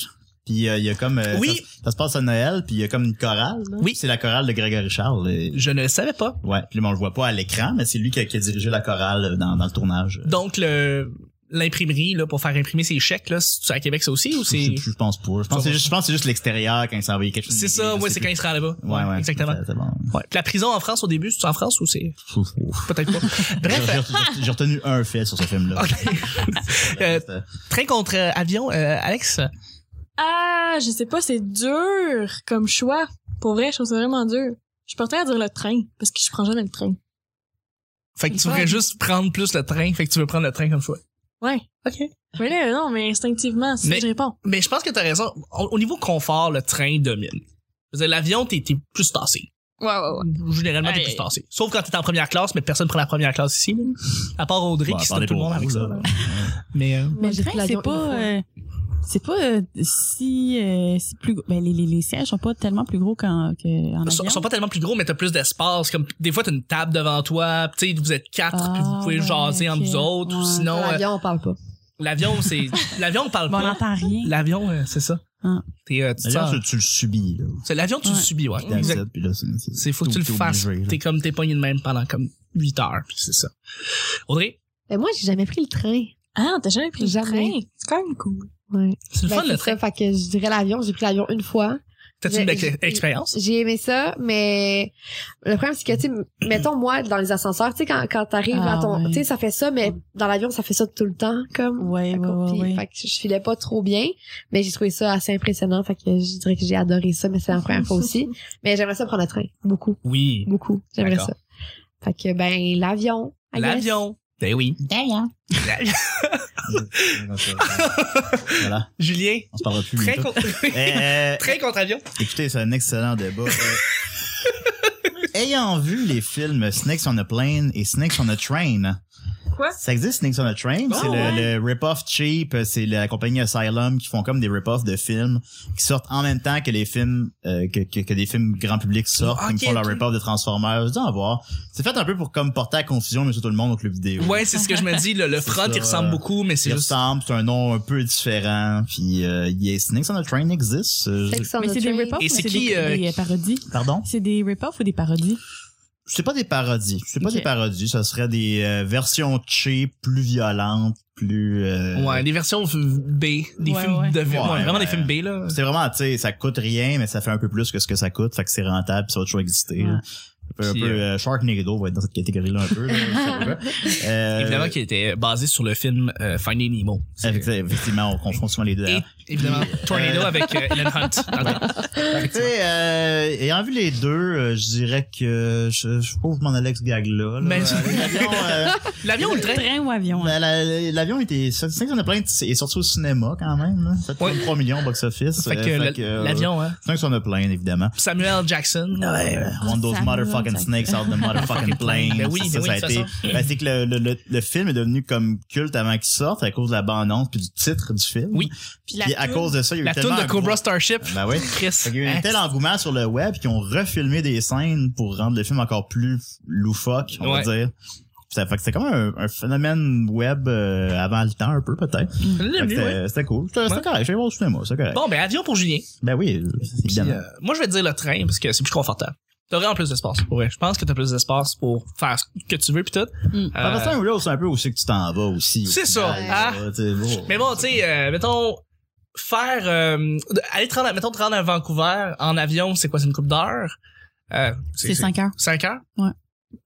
S3: Puis euh, il y a comme euh,
S1: Oui.
S3: ça, ça se passe à Noël, puis il y a comme une chorale. là.
S1: Oui.
S3: c'est la chorale de Grégory Charles. et-
S1: Je ne savais pas.
S3: Ouais, puis là, on le voit pas à l'écran, mais c'est lui qui a, qui a dirigé la chorale euh, dans, dans le tournage.
S1: Donc, le- l'imprimerie, là, pour faire imprimer ses chèques, là, c'est à Québec, ça aussi, ou c'est.
S3: Je, je pense pas. Je pense que c'est juste, je pense que c'est juste l'extérieur quand il s'est envoyé quelque chose.
S1: C'est ça,
S3: Je
S1: ouais,
S3: sais
S1: c'est quand
S3: plus.
S1: il sera là-bas.
S3: Ouais, ouais.
S1: Exactement.
S3: c'est- c'est bon.
S1: Ouais. Puis La prison en France, au début, c'est en France ou c'est. Peut-être pas.
S3: J'ai-
S1: Bref,
S3: j'ai- J'ai retenu un fait sur ce film-là.
S1: Ok. Euh,
S3: C'était-
S1: train contre euh, avion, euh, Alex.
S2: Ah, je sais pas, c'est dur comme choix. Pour vrai, je trouve ça vraiment dur. Je portais à dire le train, parce que je prends jamais le train.
S1: Fait que tu voudrais juste prendre plus le train, fait que tu veux prendre le train comme choix.
S2: Ouais.
S1: OK.
S2: Mais là, non, mais instinctivement, c'est ce
S1: Mais-
S2: que je réponds.
S1: Mais je pense que t'as raison. Au, au niveau confort, le train domine. Je veux dire, L'avion, t'es t'es plus tassé.
S2: Ouais, ouais, ouais.
S1: Généralement, t'es
S2: Aïe.
S1: plus tassé. Sauf quand t'es en première classe, mais personne prend la première classe ici. là. À part Audrey
S3: Bon,
S1: qui se
S3: attendez
S1: tape tout le
S3: pour
S1: monde avec
S3: vous,
S1: ça.
S3: là.
S1: là. Mais euh,
S7: Mais le
S4: j'ai pris
S7: train,
S4: l'avion
S7: c'est
S4: une fois.
S7: pas, euh, c'est pas euh, si, euh, si plus gros. Ben, les, les, les sièges sont pas tellement plus gros qu'en qu'en
S1: ils sont,
S7: avion.
S1: sont pas tellement plus gros, mais t'as plus d'espace. Comme des fois, t'as une table devant toi. puis Tu sais, vous êtes quatre,
S7: Ah,
S1: puis vous pouvez
S7: ouais,
S1: jaser entre
S7: ok.
S1: vous autres. Ou
S7: Ouais.
S1: sinon,
S4: Dans
S1: euh,
S4: l'avion, on parle pas.
S1: l'avion, c'est l'avion on parle
S7: Bon, on
S1: pas.
S7: n'entend rien.
S1: L'avion, euh, c'est ça.
S7: Ah.
S1: T'es, euh, tu te
S3: D'ailleurs,
S1: sens-
S3: tu, tu le subis, là.
S1: C'est l'avion, tu le
S7: Ouais.
S1: subis, ouais.
S3: Dans le set, puis là, c'est-
S1: C'est faut que tu
S3: t'es-
S1: le
S3: t'es
S1: fasses.
S3: obligé, là.
S1: T'es comme t'es pogné de même pendant comme 8 heures, puis c'est ça. Audrey,
S4: Mais moi, j'ai jamais pris le train.
S2: Ah, t'as jamais pris le
S4: Jamais.
S2: train? C'est quand même cool.
S4: Ouais.
S1: c'est le
S4: Ben,
S1: fun
S4: c'est
S1: le train.
S4: ça, fait que je dirais l'avion. J'ai pris l'avion une fois.
S1: T'as-tu une
S4: je-
S1: belle ex-
S4: je-
S1: expérience?
S4: J'ai aimé ça, mais le problème, c'est que, tu sais, m- mettons, moi, dans les ascenseurs, tu sais, quand, quand t'arrives
S7: Ah,
S4: à ton,
S7: ouais.
S4: tu sais, ça fait ça, mais dans l'avion, ça fait ça tout le temps, comme.
S7: Ouais, ouais,
S4: Puis,
S7: ouais,
S4: Fait
S7: ouais.
S4: que je filais pas trop bien, mais j'ai trouvé ça assez impressionnant. Fait que je dirais que j'ai adoré ça, mais c'est la première fois aussi. Mais j'aimerais ça prendre le train. Beaucoup,
S1: Oui.
S4: beaucoup. J'aimerais
S1: D'accord.
S4: ça. Fait que, ben, l'avion. I guess.
S1: L'avion. Ben oui.
S4: hein.
S7: D'ailleurs.
S3: euh, voilà,
S1: Julien,
S3: on se parlera plus.
S1: train
S3: bientôt.
S1: contre,
S3: Eh, eh,
S1: train contre avion.
S3: Écoutez, c'est un excellent débat. Euh, Ayant vu les films Snakes on a Plane et Snakes on a Train,
S2: Quoi?
S3: ça existe Snakes on a Train? c'est le- le, rip-off cheap, euh, c'est la compagnie Asylum qui font comme des rip-offs de films qui sortent en même temps que les films euh, que, que, que des films grand public sortent,
S1: Ah,
S3: qui
S1: ok,
S3: font leur
S1: ok.
S3: rip-off de Transformers. Je dis, en voir. C'est fait un peu pour comme porter à confusion Monsieur Tout le Monde au club vidéo.
S1: Ouais, c'est ce que je me dis. Le, le
S3: C'est
S1: front,
S3: ça,
S1: il ressemble
S3: euh,
S1: beaucoup, mais c'est
S3: Il
S1: juste.
S3: ressemble, c'est un nom un peu différent. Puis euh, yeah, Snakes on a Train existe. Euh, je-
S4: Sex on
S7: Mais
S4: the
S7: c'est des
S4: train.
S7: rip-offs
S1: Et
S7: ou
S1: c'est
S7: c'est
S1: qui,
S7: des,
S1: euh,
S7: des, euh, parodies?
S3: Pardon?
S7: C'est des rip-offs ou des parodies?
S3: C'est pas des parodies. C'est pas
S7: Ok.
S3: des parodies. Ça serait des euh, versions cheap, plus violentes, plus. euh,
S1: Ouais, des versions v- B. Des
S7: Ouais,
S1: films
S7: ouais.
S1: de ouais,
S3: Ouais,
S1: vraiment des
S3: ouais.
S1: films B, là.
S3: C'est vraiment, tu sais, ça coûte rien, mais ça fait un peu plus que ce que ça coûte. Fait que c'est rentable, puis ça va toujours exister. là.
S7: Ouais.
S3: Un peu, un
S1: Puis,
S3: peu, euh, Sharknado va être dans cette catégorie-là un peu. là, je sais pas. Euh,
S1: Évidemment qui était basé sur le film euh, Finding Nemo. C'est-
S3: effecti- Effectivement, on confond souvent les deux.
S1: Et,
S3: hein.
S1: évidemment, Tornado avec euh, Ellen Hunt.
S3: Fait que, tu sais, euh, ayant vu les deux, euh, je dirais que je, je trouve mon Alex gag là. là.
S1: Mais-
S3: Euh, l'avion, euh,
S1: Ben, L'avion ou le train?
S7: Train ou avion?
S3: ben,
S7: hein?
S3: la- l'avion était, c'est vrai qu'on a plein, de- est sorti au cinéma quand même. Là. Ça fait
S1: Ouais.
S3: 3 millions euh, box office.
S1: Fait que la- l'avion, hein.
S3: Snakes on a plane, évidemment.
S1: Samuel Jackson.
S3: One of those
S7: Ça
S3: motherfucking
S7: me-
S3: snakes out the motherfucking plane.
S1: Ben oui,
S3: ça,
S1: ben oui,
S3: ça a
S1: de toute
S3: été. Ben, c'est que le, le, le, le film est devenu comme culte avant qu'il sorte à cause de la bande-annonce puis du titre du film.
S1: Oui.
S2: Puis la
S3: Puis à
S2: toune.
S3: cause de ça, il y a eu
S1: La
S3: tellement
S1: toune de
S3: un
S1: Cobra
S3: gros-
S1: Starship.
S3: Ben oui.
S1: Chris.
S3: Fait qu'il y a eu un
S1: Hein?
S3: tel engouement sur le web qu'ils ont refilmé des scènes pour rendre le film encore plus loufoque, on
S1: Ouais.
S3: va dire. Ça fait que c'était comme un, un phénomène web euh, avant le temps un peu peut-être. Fait que C'était euh, c'était cool. C'était c'était
S1: Ouais.
S3: correct. J'ai voir au cinéma, c'est correct.
S1: Bon, ben avion pour Julien.
S3: Ben oui,
S1: Puis,
S3: évidemment.
S1: euh, moi, je vais te dire le train parce que c'est plus confortable. T'as vraiment plus d'espace. pour vrai. Je pense que t'as plus d'espace pour faire ce que tu veux pis tout.
S7: Mm.
S1: Euh,
S3: Par contre, un reel, c'est un peu aussi que tu t'en vas aussi.
S1: C'est
S3: Au
S1: ça,
S3: final,
S1: hein?
S3: là, tu sais, bon.
S1: mais bon, tu sais, euh, mettons, faire, euh, aller te rendre, à- mettons, te rendre à Vancouver en avion, c'est quoi, c'est une coupe d'heure? Euh,
S7: C'est 5 heures.
S1: 5 heures?
S7: Ouais.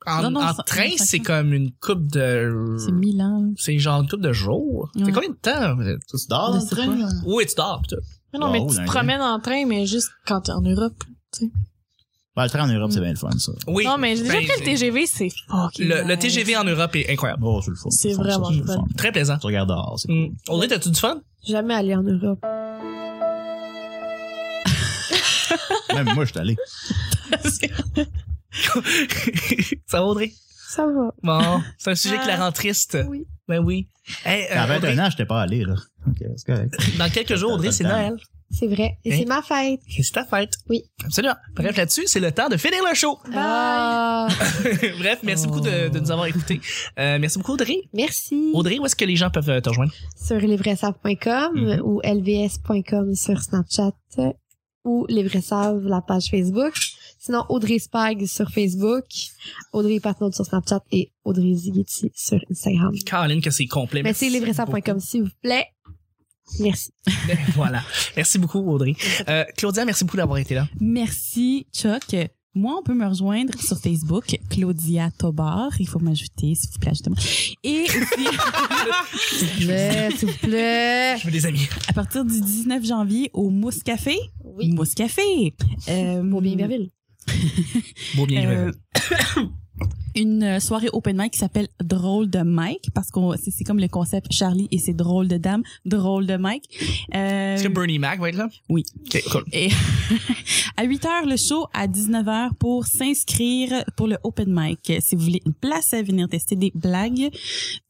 S1: En,
S7: Non, non,
S1: en
S7: c'est-
S1: train,
S7: c'est cinq
S1: c'est
S7: heures.
S1: comme une coupe de...
S7: C'est mille ans.
S1: C'est genre une coupe de jours.
S7: Ouais.
S1: C'est combien de temps? vous êtes-
S3: Tu tu dors dans
S4: Oh,
S7: Je
S3: le
S7: sais
S3: train?
S7: pas.
S3: hein?
S1: Oui, tu dors pis tout.
S2: Mais non, mais
S3: Wow,
S2: tu te
S3: dingue.
S2: promènes en train, mais juste quand t'es en Europe.
S3: Ben, le train en Europe, c'est bien le fun, ça.
S1: Oui.
S2: non, mais j'ai déjà
S1: Ben,
S2: pris le TGV, c'est fucking
S1: Le, le
S2: nice.
S1: TGV en Europe est incroyable.
S3: Oh, c'est le fun.
S2: C'est
S3: le fun, ça,
S2: vraiment
S3: c'est le
S2: fun.
S3: fun.
S1: Très plaisant.
S3: Tu regardes dehors, c'est
S1: Mm. Audrey, t'as-tu du fun?
S4: Jamais allé en Europe.
S3: Même moi, je suis allé.
S1: Euh, Ça va, Audrey?
S4: Ça va.
S1: Bon, c'est un sujet qui la
S2: Ah.
S1: rend triste.
S4: Oui.
S1: Ben oui. Hey, euh,
S3: Quand
S1: Audrey,
S3: j'avais un an, j'étais pas allé, là. Ok, c'est correct.
S1: dans quelques jours, Audrey, c'est Noël.
S4: C'est vrai. Et
S1: Hein?
S4: c'est ma fête.
S1: Et c'est ta fête.
S4: Oui.
S1: Absolument. Bref, là-dessus, c'est le temps de finir le show.
S4: Ah,
S1: Bref, merci
S7: Oh.
S1: beaucoup de, de nous avoir écoutés. Euh, merci beaucoup, Audrey.
S4: merci.
S1: Audrey, où est-ce que les gens peuvent euh, te rejoindre?
S4: Sur lesvraissaves.com
S3: Mhm.
S4: ou lvs.com sur Snapchat euh, ou Les Vrais Saves, la page Facebook. Sinon, Audrey Spag sur Facebook, Audrey Patnaud sur Snapchat et Audrey Zighetti sur Instagram.
S1: Caroline, que c'est complet.
S7: Ben,
S4: Mais c'est
S1: Merci
S4: lesvraissaves.com, s'il vous plaît. Merci.
S1: beaucoup. voilà. Merci beaucoup, Audrey. Euh, Claudia, merci beaucoup d'avoir été là.
S7: Merci, Chuck. Moi, on peut me rejoindre sur Facebook, Claudia Tobar. Il faut m'ajouter, s'il vous plaît, justement. Et aussi,
S4: S'il vous plaît.
S1: Je veux des amis.
S7: à partir du 19 janvier, au Mousse Café.
S4: Oui.
S7: Mousse Café. Euh,
S4: Mon bien Iberville.
S1: Beau bien.
S7: Euh, une euh, soirée open mic qui s'appelle Drôle de Mike parce qu'on c'est c'est comme le concept Charlie et ses drôles de dames, drôle de Mike. Euh,
S1: Est-ce que Bernie Mac va être là?
S7: Oui.
S1: OK, cool.
S7: et à 8 heures le show, à 19 heures pour s'inscrire pour le open mic. Si vous voulez une place à venir tester des blagues,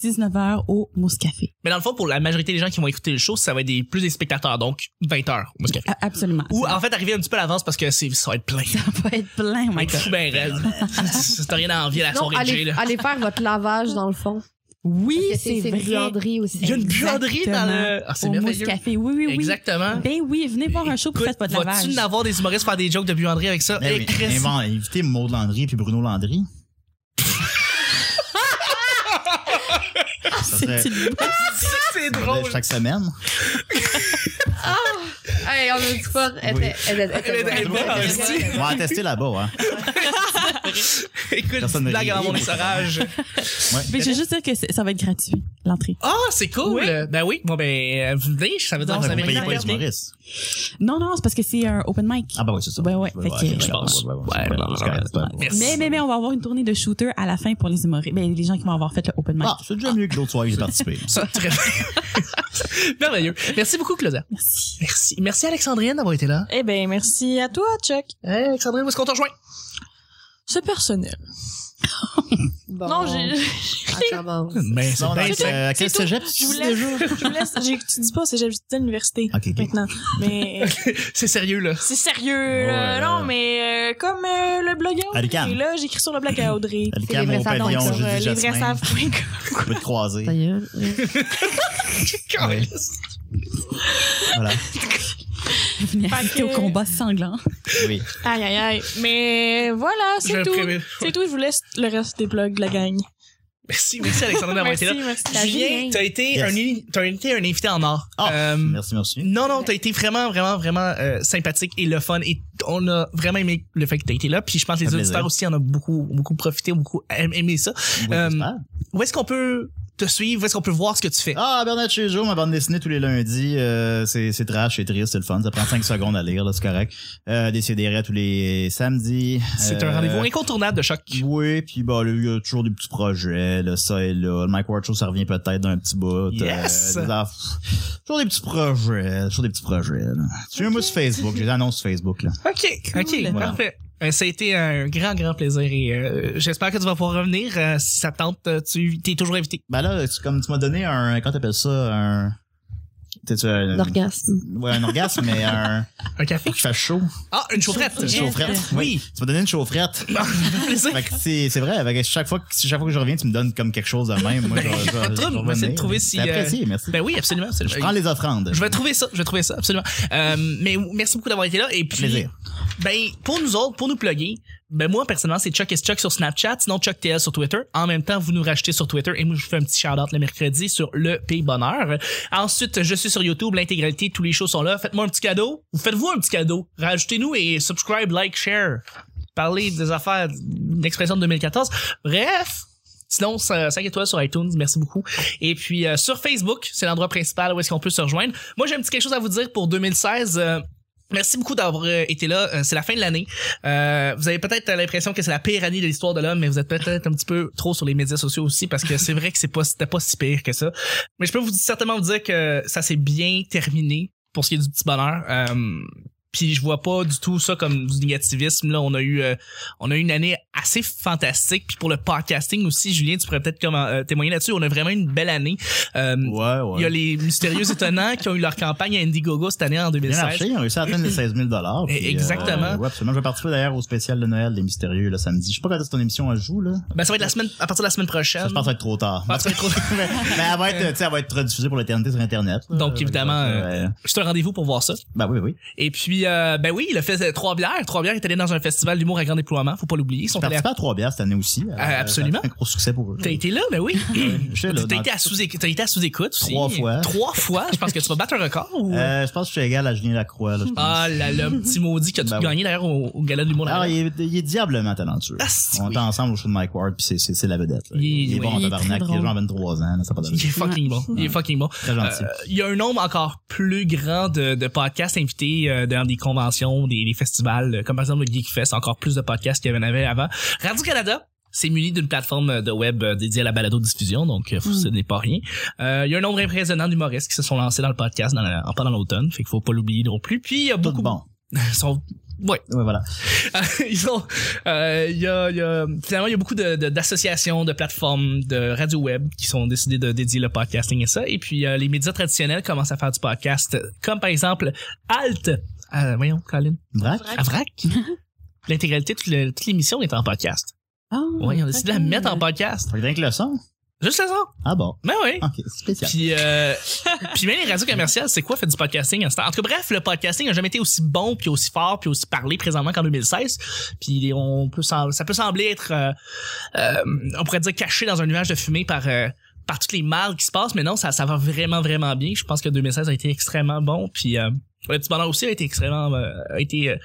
S7: 19 heures au Mousse Café.
S1: Mais dans le fond, pour la majorité des gens qui vont écouter le show, ça va être des, plus des spectateurs, donc 20 heures au Mousse Café.
S7: A- absolument.
S1: Ou en fait, arriver un petit peu à l'avance parce que c'est, ça va être plein. Ça
S7: ça va être plein,
S1: va
S7: Mike.
S1: être fou ben raide. Ça, T'as rien à envier à la
S4: Non,
S1: soirée de Jay,
S4: allez,
S1: là.
S4: allez faire votre lavage dans le fond.
S7: Oui,
S4: Parce que
S7: c'est
S4: C'est une
S7: vrai.
S4: buanderie
S1: Il y
S4: aussi.
S1: a une buanderie dans le... Ah, c'est
S7: Au Mousse
S1: merveilleux.
S7: Café. Oui, oui, oui.
S1: Exactement.
S7: Ben oui, venez voir un show pour faire votre lavage.
S1: Vas-tu n'avoir des humoristes faire des jokes de buanderie avec ça?
S3: Ben
S1: Eh,
S3: oui,
S1: Chris.
S3: invent- Invitez Maud Landry puis Bruno Landry. Ça serait-
S7: C'est une
S1: Tu sais que c'est drôle.
S3: Ben, chaque semaine.
S4: Hey, on a du fun. Elle
S3: Oui.
S4: était- elle était- elle
S1: Elle était
S4: était bonne.
S1: bonne,
S4: Elle était
S1: aussi.
S4: bonne.
S3: On va en tester là-bas. Hein.
S1: Écoute,
S3: Personne ne
S1: blague
S3: rit.
S1: avant mon essorage.
S7: Mais je veux juste dire que c'est- ça va être gratuit, l'entrée.
S1: Ah, c'est cool. Ben oui. Bon, ben, euh, venez, ça veut dire
S3: Non,
S1: que vous
S3: vous
S1: avez
S3: payez
S1: rien
S3: pas les
S1: perdu.
S3: humoristes.
S7: Non, non, c'est parce que c'est un open mic.
S3: Ah, bah oui, c'est ça.
S7: Ben ouais, fait que-
S1: Je pense.
S3: Ouais, ouais, ouais,
S1: Ouais,
S3: ouais,
S1: non, non,
S3: c'est correct, c'est correct.
S1: Merci.
S7: Mais, mais, mais on va avoir une tournée de shooter à la fin pour les humoristes. Ben, les gens qui vont avoir fait le open mic.
S3: Ah, c'est déjà mieux que d'autres soirées que j'ai participé.
S1: Ça, très bien. Merveilleux. Merci beaucoup, Claudia.
S7: Merci.
S1: Merci. Merci, Alexandrine, d'avoir été là.
S2: Eh ben, merci à toi, Chuck.
S1: Hey, Alexandrine, où est-ce qu'on te rejoint?
S2: C'est personnel.
S4: Bon,
S2: Non, j'ai-
S4: on commence.
S1: Mais
S3: Non, non,
S2: c'est-
S3: euh, à quel
S2: c'est
S3: cégep
S2: je vous laisse. Je vous laisse. J'ai- Tu dis pas, c'est j'ai étudié à l'université.
S3: Ok, ok.
S2: Maintenant. Mais euh,
S1: c'est sérieux, là.
S2: c'est sérieux. là.
S3: Ouais.
S2: Non, mais euh, comme euh, le blog à
S3: À
S2: Audrey.
S3: l'UQAM.
S2: Là, j'écris sur le blog à Audrey.
S3: À
S4: C'est les
S3: l'UQAM,
S4: vrais
S3: au
S4: savants,
S3: pavillon,
S4: ça,
S2: Sur, euh,
S3: jeudi,
S2: les vrais
S3: Jasmin.
S2: savent.
S3: Je peux te croiser.
S4: Ta gueule.
S3: Voilà.
S7: Venez
S2: Fait
S7: assister
S2: que-
S7: au combat sanglant.
S3: Oui.
S2: Aïe, aïe, aïe. Mais voilà, c'est
S1: Je
S2: tout.
S1: préviens.
S2: C'est tout, je vous laisse le reste des blogs de la gang.
S1: Merci, merci, Alexandrine, d'avoir été
S2: Merci,
S1: là.
S2: merci.
S1: Julien, t'as été,
S3: Yes.
S1: un, uni- t'as été un invité en or.
S3: Ah,
S1: Euh,
S3: Merci, merci.
S1: non, non, t'as été vraiment, vraiment, vraiment euh, sympathique et le fun. Et on a vraiment aimé le fait que t'as été là. Puis je pense que les
S3: Ça fait
S1: auditeurs
S3: plaisir.
S1: aussi en ont beaucoup, beaucoup profité, beaucoup aim- aimé ça.
S3: Oui,
S1: Euh,
S3: j'espère.
S1: Où est-ce qu'on peut te suivre? Où est-ce qu'on peut voir ce que tu fais?
S3: Ah, Bernard chez Joe, ma bande dessinée tous les lundis. euh, c'est c'est trash, c'est triste, c'est le fun. Ça prend 5 secondes à lire, là, c'est correct. Euh, Décidéré tous les samedis.
S1: C'est
S3: Euh,
S1: un rendez-vous incontournable de choc.
S3: Oui, puis bah là, il y a toujours des petits projets, là, ça et là. Le Mike Ward Show, ça revient peut-être d'un petit bout. Euh,
S1: Yes!
S3: des aff- toujours des petits projets, toujours des petits projets. là. Suivez-moi sur Facebook, j'ai des annonces sur Facebook. Là.
S1: OK. OK,
S3: Voilà.
S1: parfait. Euh, Ça a été un grand, grand plaisir et euh, j'espère que tu vas pouvoir revenir. euh, si ça te tente, euh, tu es toujours invité.
S3: Ben là, c'est comme tu m'as donné un... Comment t'appelles ça? Un... T'es-tu un...
S4: Un orgasme.
S3: Ouais, un orgasme, mais un...
S1: Un café?
S3: Qui fait chaud.
S1: Ah, une chaufferette.
S3: Une chaufferette.
S1: Oui.
S3: Tu m'as donné une chaufferette.
S1: Plaisir.
S3: Fait que c'est c'est vrai, avec chaque fois que chaque fois que je reviens, tu me donnes comme quelque chose de même. Moi, je,
S1: Ben,
S3: je-
S1: pas de
S3: je-
S1: trouble,
S3: je
S1: on va essayer de
S3: revenir.
S1: trouver si,
S3: C'est apprécié, merci.
S1: Ben oui, absolument. absolument.
S3: je prends les offrandes.
S1: Je vais trouver ça, je vais trouver ça, absolument. Euh, mais merci beaucoup d'avoir été là. Et puis,
S3: Plaisir.
S1: ben, pour nous autres, pour nous plugger, ben moi, personnellement, c'est Chuck S. Chuck sur Snapchat, sinon Chuck TL sur Twitter. En même temps, vous nous rachetez sur Twitter et moi, je vous fais un petit shout-out le mercredi sur le Pays Bonheur. Ensuite, je suis sur YouTube, l'intégralité, tous les shows sont là. Faites-moi un petit cadeau. Vous faites-vous un petit cadeau. Rajoutez-nous et subscribe, like, share. Parlez des affaires d'expression de 2014. Bref. Sinon, 5 étoiles sur iTunes, merci beaucoup. Et puis euh, sur Facebook, c'est l'endroit principal où est-ce qu'on peut se rejoindre. Moi, j'ai un petit quelque chose à vous dire pour 2016. euh, Merci beaucoup d'avoir euh, été là. Euh, C'est la fin de l'année. Euh, vous avez peut-être l'impression que c'est la pire année de l'histoire de l'homme, mais vous êtes peut-être un petit peu trop sur les médias sociaux aussi parce que c'est vrai que c'est pas c'était pas si pire que ça. Mais je peux vous certainement vous dire que ça s'est bien terminé pour ce qui est du petit bonheur. Euh, Puis je vois pas du tout ça comme du négativisme. Là, on a eu, euh, on a eu une année assez fantastique. Puis pour le podcasting aussi, Julien, tu pourrais peut-être comme, euh, témoigner là-dessus. On a vraiment une belle année. Euh,
S3: Ouais, ouais.
S1: Il y a les mystérieux étonnants qui ont eu leur campagne à Indiegogo cette année en
S3: Bien
S1: 2016.
S3: marché, ils ont réussi à atteindre les 16 000 puis, euh,
S1: Eh, Exactement.
S3: ouais, absolument. Je vais participer d'ailleurs au spécial de Noël des Mystérieux le samedi. Je sais pas quand est-ce que ton émission elle joue, là.
S1: Ben, ça va être la semaine, à partir de la semaine prochaine.
S3: Ça, je pense que ça va être trop tard.
S1: Ah, ça va être trop-
S3: mais, mais elle va être, euh, tu sais, elle va être rediffusée pour l'éternité sur Internet. là.
S1: Donc, évidemment,
S3: Euh,
S1: C'est un rendez-vous pour voir ça.
S3: Ben oui, oui.
S1: Et puis, euh, ben oui, il a fait euh, trois bières. Trois bières est allé dans un festival d'humour à grand déploiement. Faut pas l'oublier. Ils
S3: Ils
S1: sont allés à-
S3: participent à trois bières cette année aussi. Euh,
S1: Ah, absolument.
S3: ça a été Un gros succès pour eux.
S1: T'as été là, ben oui.
S3: J'étais là,
S1: T'as
S3: dans-
S1: été, à sous écoute- t'as été à sous-écoute aussi.
S3: Trois fois.
S1: Trois fois. Je pense que tu vas battre un record. Ou...
S3: Euh, je pense que je suis égal à Julien Lacroix. Là, je pense.
S1: Ah là là, le petit maudit que tu
S3: Ben
S1: as
S3: oui.
S1: gagné d'ailleurs au, au gala de l'humour.
S3: Ah,
S1: là-bas.
S3: il est, il est diablement talentueux.
S1: Ah, c'est-
S3: On
S1: oui.
S3: était ensemble au show de Mike Ward, puis c'est- c'est c'est la vedette. là.
S1: Il-
S3: Il est bon
S7: oui,
S3: en
S7: il est très
S3: tabarnak, il
S7: drôle.
S3: a genre 23 ans, là, ça a pas
S1: Il est
S3: d'allure.
S1: fucking bon. Il est fucking bon.
S3: Très gentil.
S1: Euh, Il y a un nombre encore plus grand de, de podcasts invités euh, dans des conventions, des, des festivals, euh, comme par exemple le Geekfest, encore plus de podcasts qu'il y en avait avant. Radio-Canada s'est muni d'une plateforme euh, de web euh, dédiée à la balado-diffusion, donc euh, ce n'est pas rien. Euh, Il y a un nombre impressionnant d'humoristes qui se sont lancés dans le podcast dans la- en pendant l'automne, fait qu'il faut pas l'oublier non plus. Puis il y a
S3: Tout
S1: beaucoup...
S3: bon.
S1: Ils sont- ouais,
S3: Ouais, voilà.
S1: ils ont, euh, il y a, il y a- finalement, il y a beaucoup de- de- d'associations, de, plateformes, de radios web qui sont décidées de dédier le podcasting et ça. Et puis, euh, les médias traditionnels commencent à faire du podcast, comme par exemple Alt. Euh, voyons, Colin.
S3: Vrac?
S1: Avrac. L'intégralité, toute le- toute l'émission est en podcast.
S7: Ah,
S1: Oui, on a décidé de la
S7: ok.
S1: mettre en podcast.
S3: Fait que rien que le son?
S1: Juste ça.
S3: Ah bon.
S1: Mais oui.
S3: Ok, spécial.
S1: Puis, euh, puis même les radios commerciales, c'est quoi faire du podcasting en ce temps? En tout cas, bref, le podcasting n'a jamais été aussi bon, puis aussi fort, puis aussi parlé présentement qu'en 2016. Puis on peut sem- ça peut sembler être, euh, euh, on pourrait dire caché dans un nuage de fumée par euh, par toutes les mal qui se passent, mais non, ça ça va vraiment vraiment bien. Je pense que 2016 a été extrêmement bon, puis euh, le petit bonheur aussi a été extrêmement euh, a été euh,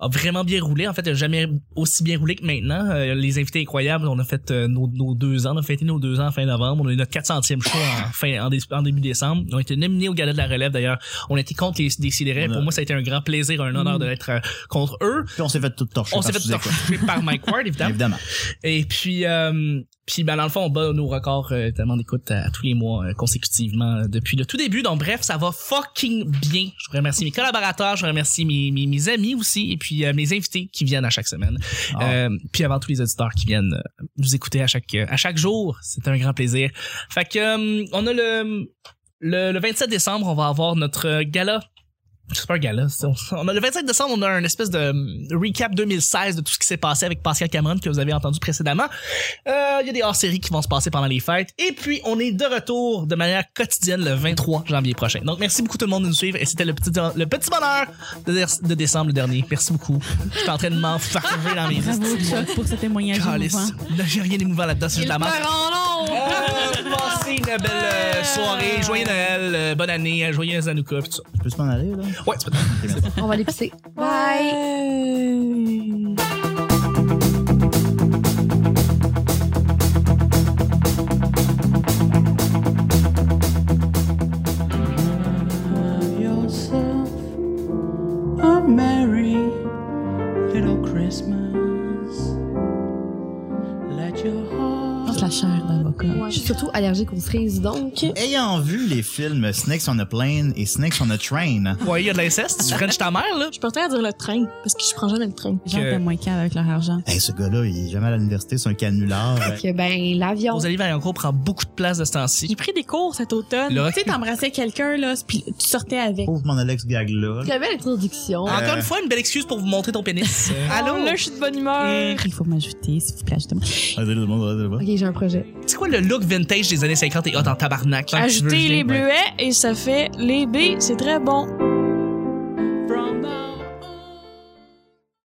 S1: a vraiment bien roulé. En fait, a jamais aussi bien roulé que maintenant. Euh, les invités incroyables, on a fait euh, nos, nos deux ans, on a fêté nos deux ans en fin novembre. On a eu notre 400e show en, fin, en, dé- en début décembre. On a été nominés au Gala de la Relève, d'ailleurs. On a été contre les décidérés.
S3: On a- Mm.
S1: Pour moi, ça a été un grand plaisir, un honneur de l'être euh, contre eux.
S3: Puis on s'est fait tout
S1: On
S3: torcher. par
S1: s'est fait
S3: Suzette, quoi.
S1: torcher par Mike Ward, évidemment.
S3: Évidemment.
S1: Et puis, euh, puis ben, dans le fond, on bat nos records euh, tellement d'écoute à, à tous les mois euh, consécutivement euh, depuis le tout début. Donc, bref, ça va fucking bien. Je vous remercie mes collaborateurs, je remercie mes, mes, mes amis aussi, et puis euh, mes invités qui viennent à chaque semaine.
S3: Ah.
S1: Euh, puis avant tous les auditeurs qui viennent euh, nous écouter à chaque, à chaque jour, c'est un grand plaisir. Fait que, euh, on a le, le, le 27 décembre, on va avoir notre gala. C'est pas un gala. c'est- on- On a le 27 décembre, on a un espèce de hum, recap 2016 de tout ce qui s'est passé avec Pascal Cameron que vous avez entendu précédemment. Euh, Il y a des hors-séries qui vont se passer pendant les fêtes. Et puis, on est de retour de manière quotidienne le 23 janvier prochain. Donc, merci beaucoup tout le monde de nous suivre. Et c'était le petit, le petit bonheur de, dé- de décembre le dernier. Merci beaucoup. Je suis en train de m'enfarger dans mes
S7: Bravo, Chuck, pour ce témoignage
S1: Calice.
S7: émouvant.
S1: Là, J'ai rien d'émouvant là-dedans, c'est juste la marque. Oh, Passez une belle euh, soirée, joyeux Noël, euh, bonne année, euh, joyeux Hanouka, pis tout ça.
S3: Je peux se m'en aller, là?
S1: Ouais, c'est pas-
S3: Ok, merci.
S4: On va les pisser. Bye!
S8: yourself a merry little Christmas. Let your
S7: Je pense
S8: heart
S7: la chair d'avocat.
S4: Je suis surtout allergique aux cerises, donc.
S3: Ayant vu les films Snakes on a Plane et Snakes on a Train,
S1: Ouais, il y a de l'inceste, tu French ta mère, là.
S2: Je suis portée à dire le train, parce que je prends jamais le train.
S7: Genre
S1: Que-
S7: de moins calme avec leur argent.
S3: hey, ce gars-là, il est jamais à l'université, c'est un canular.
S4: Que ben, l'avion.
S1: Rosalie Vaillancourt prend beaucoup de place de ce temps-ci.
S2: J'ai pris des cours cet automne.
S1: Là,
S7: Tu sais, t'embrassais quelqu'un, là, puis tu sortais avec.
S3: Pauvre mon Alex Gag-là.
S4: Très belle introduction.
S1: encore une fois, une belle excuse pour vous montrer ton pénis.
S2: Allô? Là, je suis de bonne humeur.
S7: Il faut m'ajouter, s'il vous plaît, justement.
S3: Ah,
S4: Ok, j'ai un projet.
S1: C'est quoi le look vintage des années 50 et hot en tabarnak? Tant que tu veux,
S2: Ajoutez
S1: je
S2: les
S1: l'ai.
S2: bleuets et ça fait les B, c'est très bon.